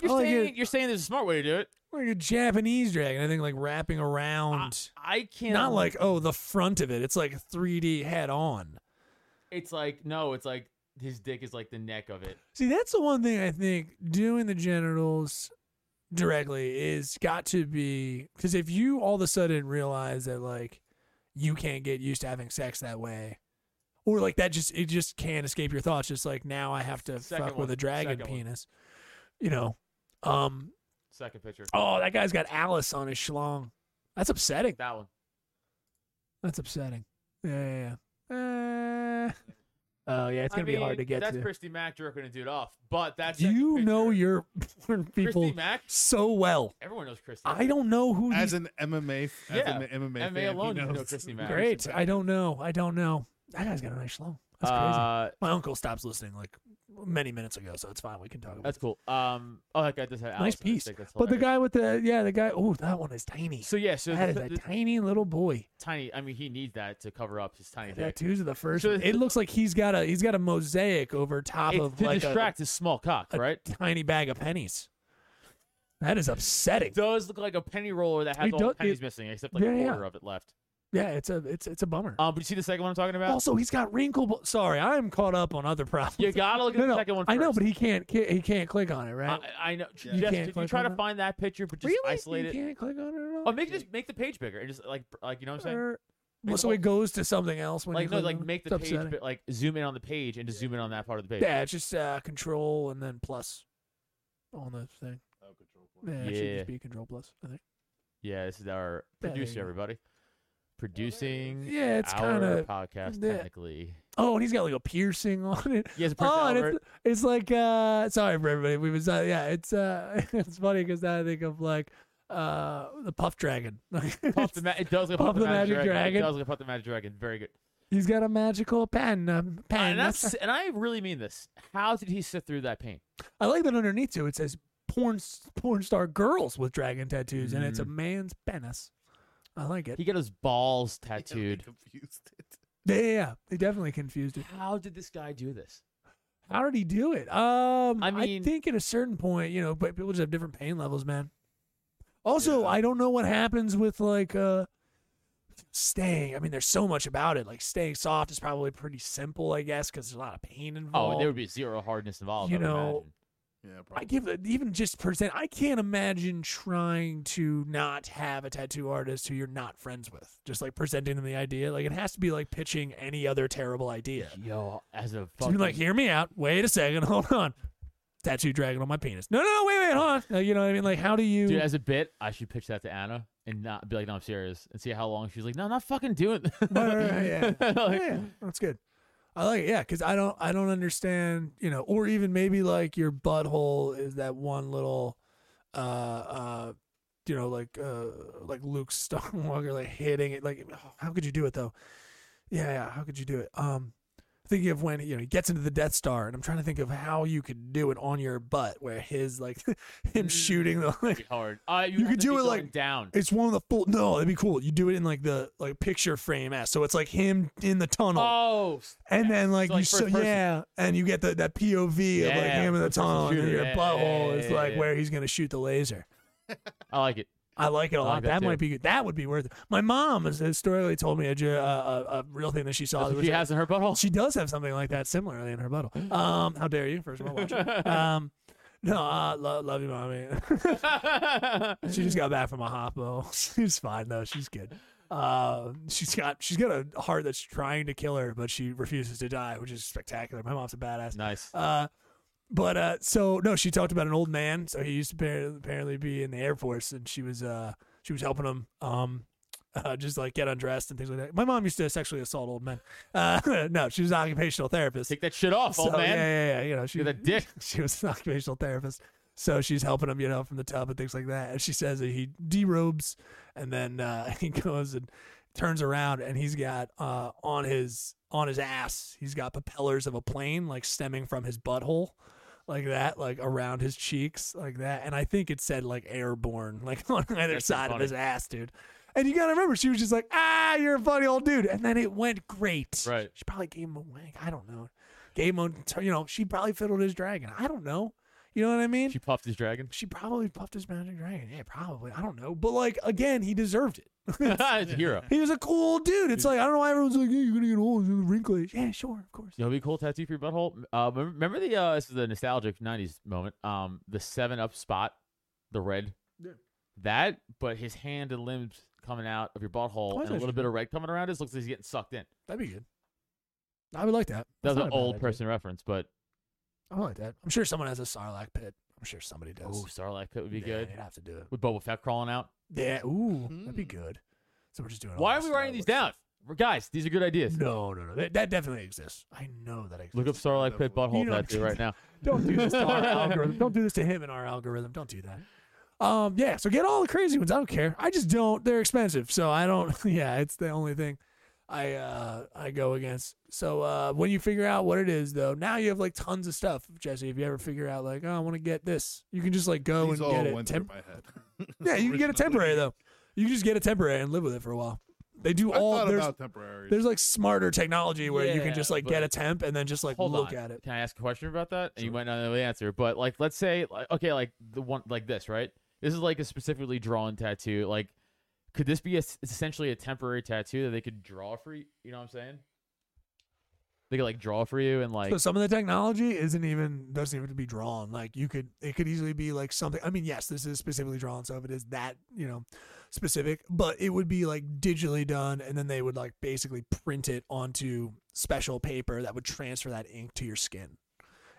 you're
I like
saying
it.
you're saying there's a smart way to do it.
like a Japanese dragon. I think like wrapping
I,
around.
I can't.
Not like oh the front of it. It's like 3D head on.
it's like no, it's like his dick is like the neck of it.
See, that's the one thing I think doing the genitals directly is got to be because if you all of a sudden realize that like you can't get used to having sex that way, or like that just it just can't escape your thoughts. Just like now I have to
Second
fuck
one.
with a dragon
Second one.
penis, you know. Um,
Second picture.
Oh, that guy's got Alice on his schlong. That's upsetting.
That one.
That's upsetting. Yeah, yeah, yeah. Eh. Oh yeah, it's gonna
I
be hard
mean,
to get
That's
to.
Christy Mack jerking a dude off, but that's
Do you know your porn
Christy
people
Mack?
so well?
Everyone knows Christy.
I don't know who
As
these.
an MMA, f- as
Yeah,
an MMA,
MMA
fan, he
alone, you know
knows.
Christy Mack.
Great. I don't know. I don't know. That guy's got a nice schlong. That's crazy.
Uh,
My uncle stops listening like many minutes ago, so it's fine. We can talk about
that's cool. Um, oh, that guy does have
it. Nice piece. But the guy with the yeah, the guy. Oh, that one is tiny.
So yeah, so
that
the,
is
the-
a tiny little boy.
tiny. I mean, he needs that to cover up his tiny dick.
Tattoos are the first.
So
one.
it's-
it looks like he's got a he's got a mosaic over top
It's
of
to
like a-
distract his small cock,
a,
right?
tiny bag of pennies. That is upsetting.
It does look like a penny roller that has
It
all the
does-
pennies
it-
missing, except like a
Yeah, yeah.
quarter of it left.
Yeah, it's a it's it's a bummer.
Um, but you see the second one I'm talking about?
Also, he's got wrinkle. Bo- Sorry, I'm caught up on other problems.
You gotta look at
no,
the
no,
second one
I know,
first. Uh,
but he can't. ca- He can't click on it, right?
I, I know.
You
Jeff,
can't
could you
click
try
on
to
that?
find that picture, but just
really?
isolate
you
it?
can't click on it at all.
Oh, make just make the page bigger and just like like you know what I'm saying?
Or-
Make
well,
the
so
whole-
it goes to something else when you
like no,
click
like
on it?
make
It's
the page
upsetting.
bit, like zoom in on the page and just zoom in on that part of the page.
Yeah, it's just uh, control and then plus on the thing. Oh, control plus. Yeah, it should
Yeah.
just be control plus. I think.
Yeah, this is our
Yeah, there you
producer,
go.
everybody. Producing
Yeah, it's
our
kinda-
podcast
yeah.
technically.
Oh, and he's got like a piercing on it.
He has a
Oh, and
personality.
it's, it's like uh, sorry for everybody. We was uh, yeah, it's uh, it's funny because now I think of like uh, the puff dragon.
Puff the ma- it does look like
Puff
Puff
the Magic
It
Dragon.
does look like Puff the Magic Dragon. Very good.
he's got a magical pen. Um,
Uh,
pen.
and,
That's-
that's, and I really mean this. How did he sit through that pain?
I like that underneath too. It says porn s- porn star girls with dragon tattoos, and it's a man's penis. I like it.
Mm. He got his balls
Yeah, we
tattooed.
confused it.
yeah, yeah, yeah, they definitely confused it.
How did this guy do this?
How did he do it? Um,
I
I
mean-
think at a certain point, you know, but people just have different pain levels, man. Also, I don't know what happens with like uh staying. I mean, there's so much about it. Like staying soft is probably pretty simple, I guess, because there's a lot of pain involved.
Oh, there would be zero hardness involved.
you
I would
know,
imagine.
Yeah, probably.
I give it even just percent. I can't imagine trying to not have a tattoo artist who you're not friends with. Just like presenting them the idea, like it has to be like pitching any other terrible idea.
Yo, as a
Just be
fucking
like, hear me out. Wait a second. Hold on. Tattoo dragon on my penis. No, no, no. Wait, wait. Hold on. Like, you know what I mean? Like, how do you?
dude, as a bit, I should pitch that to Anna and not be like, no, I'm serious, and see how long she's like, no, I'm not fucking doing. This.
Right, right, right, yeah.
Like,
yeah, that's good. I like it. Yeah, because I don't, I don't understand. You know, or even maybe like your butthole is that one little, uh, uh, you know, like uh, like Luke Skywalker, like hitting it. Like, how could you do it though? Yeah, yeah. How could you do it? Um, thinking of when you know he gets into the Death Star, and I'm trying to think of how you could do it on your butt, where his like him shooting the like
be hard. Uh,
You
you have
could
to
do
be
it,
going
like-
down.
it's one of the full. No, that'd be cool. You do it in like the like picture frame ass. So it's like him in the tunnel,
Oh, s-
and then like,
like,
you
first
so
person.
yeah, and you get the that POV of like
Yeah,
him in the
first person
tunnel, and then
shooter.
your
Yeah,
butthole
yeah,
is
yeah,
like
yeah.
where he's gonna shoot the laser.
I like it.
I like it a
I
lot.
like that
that
too.
mij- might be good. That would be worth it. My mom has historically told me a, ju- a, a, a real thing that she saw.
That's
that
what
was
Oh, she
like-
has in her butthole.
she does have something like that similarly in her butthole. Um, how dare you? First of all, watch it. Um, no, uh, lo- love you, mommy. She just got back from a hospital. She's fine though. She's good. Uh, she's got she's got a heart that's trying to kill her, but she refuses to die, which is spectacular. My mom's a badass.
nice.
Uh, but uh, so no, she talked about an old man. So he used to appar- apparently be in the Air Force, and she was uh she was helping him um uh, just like get undressed and things like that. My mom used to sexually assault old men. Uh, no, she was an occupational therapist.
Take that shit off, old
So,
man.
Yeah, yeah, yeah. You know, she
You're the dick.
she was an occupational therapist. So she's helping him, you know, from the tub and things like that. And she says that he derobes and then uh, he goes and turns around and he's got uh, on his on his ass, he's got propellers of a plane like stemming from his butthole like that, like around his cheeks, like that. And I think it said like airborne, like on either
That's so
side of
funny.
his ass, dude. And you gotta remember, she was just like, "Ah, you're a funny old dude," and then it went great.
Right.
She probably gave him a wank. I don't know. Gave him, a, you know, she probably fiddled his dragon. I don't know. You know what I mean?
She
She,
puffed his dragon.
probably puffed his magic dragon. Yeah, probably. I don't know. But like again, he deserved it.
He's a hero.
he was a cool dude. It's like I don't know why everyone's like, "Yeah, you're gonna get old, you're gonna wrinkle." it." Yeah, sure, of course.
You know, what'd be a cool tattoo for your butthole. Uh, remember, remember the uh, this is the nostalgic '90s moment. Um, the seven up spot, the red. That, but his hand and limbs coming out of your butthole
Oh, I
and
thought
a
you
little
said-
bit of red coming around. It looks like he's getting sucked in.
That'd be good. I would like that.
That
That's
was
not
an
a bad
old
idea.
person reference, but
I would like that. I'm sure someone has a sarlacc pit. I'm sure somebody does.
oh, Starlight Pit would be
Yeah,
good
They'd have to do it.
with Boba Fett crawling out.
Yeah. Ooh, that'd be
Hmm.
good. So we're just doing. all
Why
the
are we
Star
writing these
Oh, Wars.
down? Guys, these are good ideas.
No, no, no. That, that definitely exists. I know that exists.
Look up Starlight Pit Butthole
You know-
tattoo right now.
Don't do this to our algorithm. Don't do this to him in our algorithm. Don't do that. Um, yeah, so get all the crazy ones. I don't care. I just don't. They're expensive, so I don't. Yeah, it's the only thing I uh I go against. So uh when you figure out what it is, though, now you have like tons of stuff, Jesse. If you ever figure out like, oh, I want to get this, you can just like go
These
and
all
get it.
went
Temp-
through my head.
yeah, you can get a
Originally.
temporary though. You can just get a temporary and live with it for a while. They do
I
all
thought
there's
about temporary.
there's like smarter technology where you can
Yeah,
just like get
but-
a temp and then just like
Hold
look
on.
at it.
Can I ask a question about that? And you might not know the answer, but like, let's say, like, okay, like the one, like this, right? This is like a specifically drawn tattoo. Like, could this be a, s- essentially a temporary tattoo that they could draw for you? You know what I'm saying? They could like draw for you and like,
so some of the technology isn't even doesn't even have to be drawn. Like you could it could easily be like something. I mean, yes, this is specifically drawn, so if it is that you know specific, but it would be like digitally done, and then they would like basically print it onto special paper that would transfer that ink to your skin,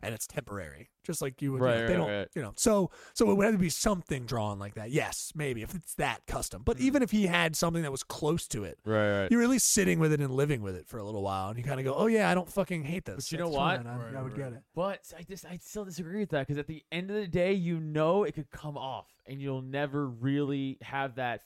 and it's temporary, just like you would. you know,
Right,
they
right,
don't,
right.
you know. So so it would have to be something drawn like that. Yes, maybe if it's that custom,
Hmm.
but even if he had something that was close to it.
right, right.
You're at least sitting with it and living with it for a little while, and you kind of go, "Oh yeah, I don't fucking hate this."
you know
That's
what?
fine. I,
Right,
I would
right.
get it.
But I just I still disagree with that because at the end of the day, you know it could come off, and you'll never really have that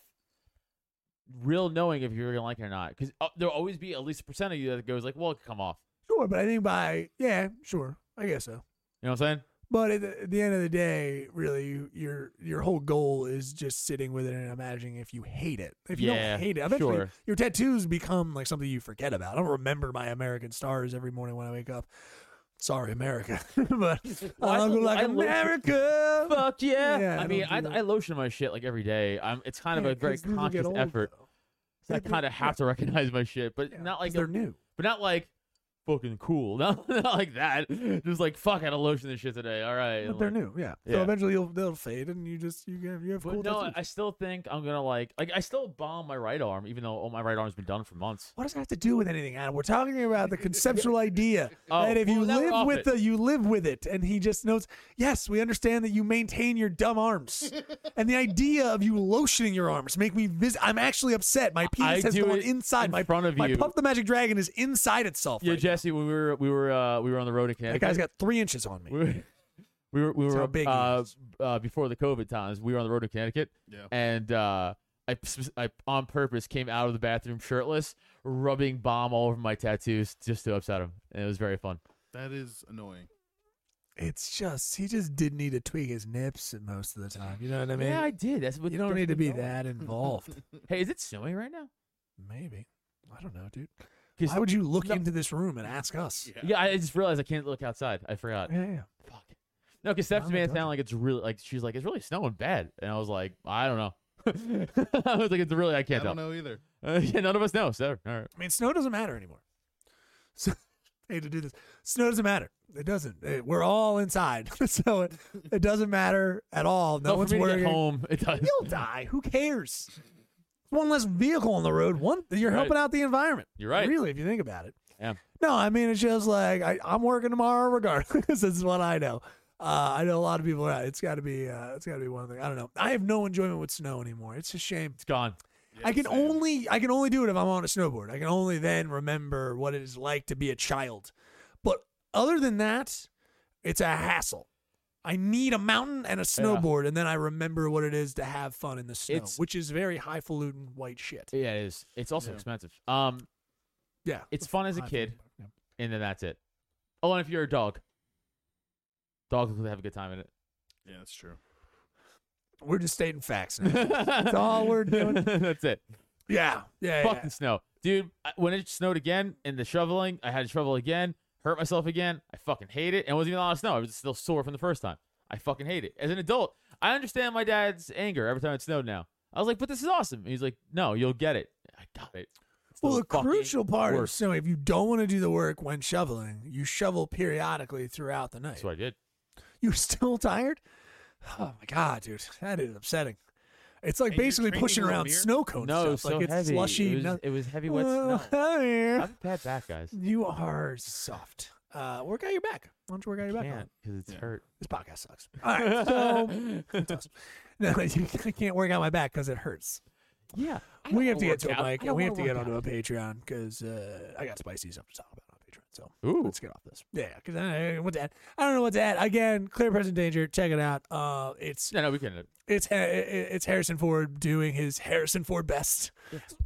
real knowing if you're gonna like it or not. Because there'll always be at least a percent of you that goes like, "Well, it could come off."
Sure, but I think by yeah, sure, I guess so.
You know what I'm saying?
But at the, at the end of the day, really, you, your your whole goal is just sitting with it and imagining if you hate it. If you
Yeah,
don't hate it, eventually
sure.
your tattoos become like something you forget about. I don't remember my American stars every morning when I wake up. Sorry, America, but
Well, I
I look
lo-
like
I lo-
America.
Fuck yeah!
Yeah,
I,
I
mean,
don't do
I,
that.
I lotion my shit like every day. I'm. It's kind
Yeah,
of a very
'cause these will get
conscious
old,
effort.
though.
So I
They-
kind
they-
of have to recognize my shit, but
Yeah,
not
'cause
like
they're
a-
new.
but not like fucking cool. Not, not like that. Just like fuck, I had to lotion this shit today. All right,
But
and,
they're
like-
new, yeah.
yeah.
So eventually you'll, they'll fade, and you just you have you have
But
cool
no,
tattoos.
I still think I'm gonna like like I still bomb my right arm, even though all my right arm's been done for months.
What does that have to do with anything, Adam? We're talking about the conceptual idea
Oh,
that if
well,
you
now we're
live
off
with
it.
the, you live with it, and he just knows. Yes, we understand that you maintain your dumb arms, and the idea of you lotioning your arms make me vis. I'm actually upset. My penis has
do
gone
it
inside
in
my
front of
my
you.
Puff the Magic Dragon is inside itself.
Yeah,
right
Jesse, when we were we were uh, we were on the road in
now. that
Connecticut.
guy's got three inches on me.
we were we were, we
That's
were
how big he
uh,
is.
uh, before the COVID times. We were on the road in Connecticut,
Yeah.
and uh, I, sp- I on purpose came out of the bathroom shirtless, rubbing bomb all over my tattoos just to upset him, and it was very fun.
That is annoying.
It's just he just did need to tweak his nips most of the time. You know what I mean?
yeah, I did. That's what
you don't
that's
need to
what
be
going-
that involved.
Hey, is it snowing right now?
Maybe I don't know, dude.
'Cause-
Why would you look
No.
into this room and ask us?
yeah, I just realized I can't look outside. I forgot.
Yeah, yeah.
Fuck. No, because Stephanie
Mama
made it
does
sound
it.
like it's really like she's like it's really snowing bad, and I was like I don't know. I was like it's really I
I
can't
don't
tell.
know either.
Uh, yeah, none of us know. So all right.
I mean, snow doesn't matter anymore. So, I hate to do this. Snow doesn't matter. It doesn't. It- we're all inside, so it, it doesn't matter at all. No
But
one's
for me to
worrying.
get home. It does.
You'll die. Who cares? One less vehicle on the road. One, you're
Right.
helping out the environment.
You're right.
Really, if you think about it.
Yeah.
No, I mean it's just like I, I'm working tomorrow regardless. this is what I know. Uh, I know a lot of people. Are, it's got to be. Uh, it's got to be one thing. I don't know. I have no enjoyment with snow anymore. It's a shame.
It's gone.
I can
same.
only I can only do it if I'm on a snowboard. I can only then remember what it is like to be a child. But other than that, it's a hassle. I need a mountain and a snowboard, and then I remember what it is to have fun in the snow,
It's-
which is very highfalutin white shit.
Yeah, it is. It's also
Yeah.
expensive. Um,
Yeah,
it's fun as a kid,
Highfalutin. Yeah.
and then that's it. Oh, and if you're a dog, dogs will have a good time in it.
Yeah, that's true.
We're just stating facts. Now. That's all we're doing.
that's it.
yeah, yeah,
Fucking
yeah.
snow, dude. I- When it snowed again and the shoveling, I had to shovel again. Hurt myself again. I fucking hate it. And it wasn't even a lot of snow. I was still sore from the first time. I fucking hate it. As an adult, I understand my dad's anger every time it snowed. Now I was like, "But this is awesome." And he's like, "No, you'll get it." I got it. It's
Well, the
fucking
crucial part
worst.
is so if you don't want to do the work when shoveling, you shovel periodically throughout the night.
That's what I did.
You're still tired? Oh my god, dude, that is upsetting. It's like
And you're
basically
training
pushing
with a
around
mirror?
snow cones.
No, it was
stuff. like
so
it's
heavy.
slushy.
It was,
no-
it was heavy wet
Well,
snow.
hi there.
I'm a bad back, guys.
You are soft. Uh, work out your back. Why don't you work out your back?
Can't
on?
because it's
Yeah.
hurt.
This podcast sucks. All right, so it does. no, you, I can't work out my back because it hurts.
Yeah. I
We
don't
have to
wanna
get to
work
a
out.
mic
I
and
don't
we have to
wanna
get
work
onto a
out.
Patreon because uh, I got spicy stuff to talk about on Patreon. So
Ooh.
let's get off this. Yeah, because I, what's that? I don't know what's that. Again, clear present danger. Check it out. Uh, it's
No, no, we can.
it's Ha- it's Harrison Ford doing his Harrison Ford best.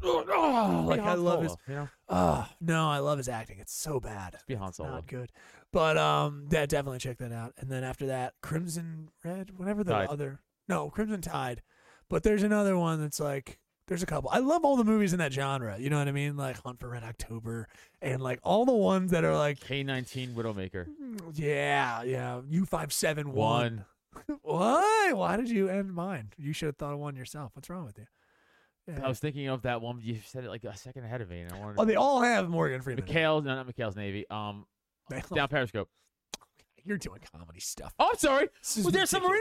Oh, like
Be
I
Han
love his.
Solo, You know,
Oh no, I love his acting. It's so bad.
be Han
It's
Solo.
not good. But um, yeah, definitely check that out. And then after that, Crimson Red, whatever the
Tide.
other, no, Crimson Tide. But there's another one that's like, there's a couple. I love all the movies in that genre. You know what I mean? Like Hunt for Red October and like all the ones that are like, hmm,
K19 Widowmaker.
yeah, yeah, U five seven
One.
one. Why? Why did you end mine? You should have thought of one yourself. What's wrong with you? Yeah.
I was thinking of that one. but You said it like a second ahead of me, and I wanted.
oh, they all have Morgan Freeman. in it.
Mikhail's, no, not Mikhail's Navy. Um,
They all-
down Periscope.
You're doing comedy stuff.
Oh, I'm sorry.
This is
Was there
ridiculous.
some?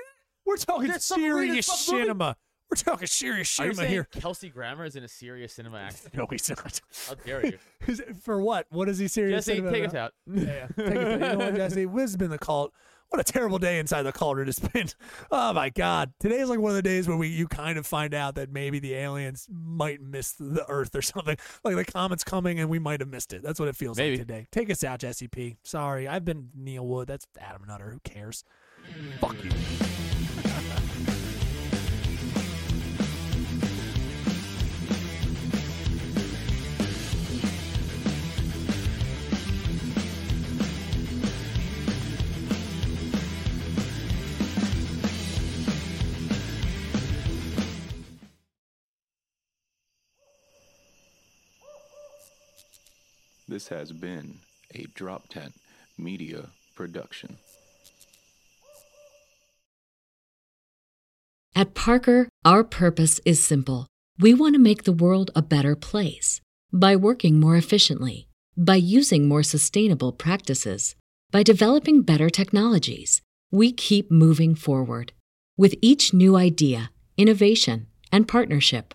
We're talking
There's some reason
serious
it's not moving.
cinema. We're talking serious
Are you
cinema
saying
here.
Kelsey Grammer is in a serious cinema act?
No, he's not.
How dare you,
Is it- For what? What is he serious
Jesse?
cinema
Take us
about?
out.
Yeah, yeah. Take us out. You know what, Jesse? This has been the cult. What a terrible day inside the cauldron it's been. Oh my God! Today is like one of the days where we you kind of find out that maybe the aliens might miss the Earth or something. Like the comet's coming and we might have missed it. That's what it feels
Maybe.
like today. Take us out, Jesse P. Sorry, I've been Neil Wood. That's Adam Nutter. Who cares? Fuck you.
This has been a Drop Tent Media production.
At Parker, our purpose is simple. We want to make the world a better place by working more efficiently, by using more sustainable practices, by developing better technologies. We keep moving forward. With each new idea, innovation, and partnership,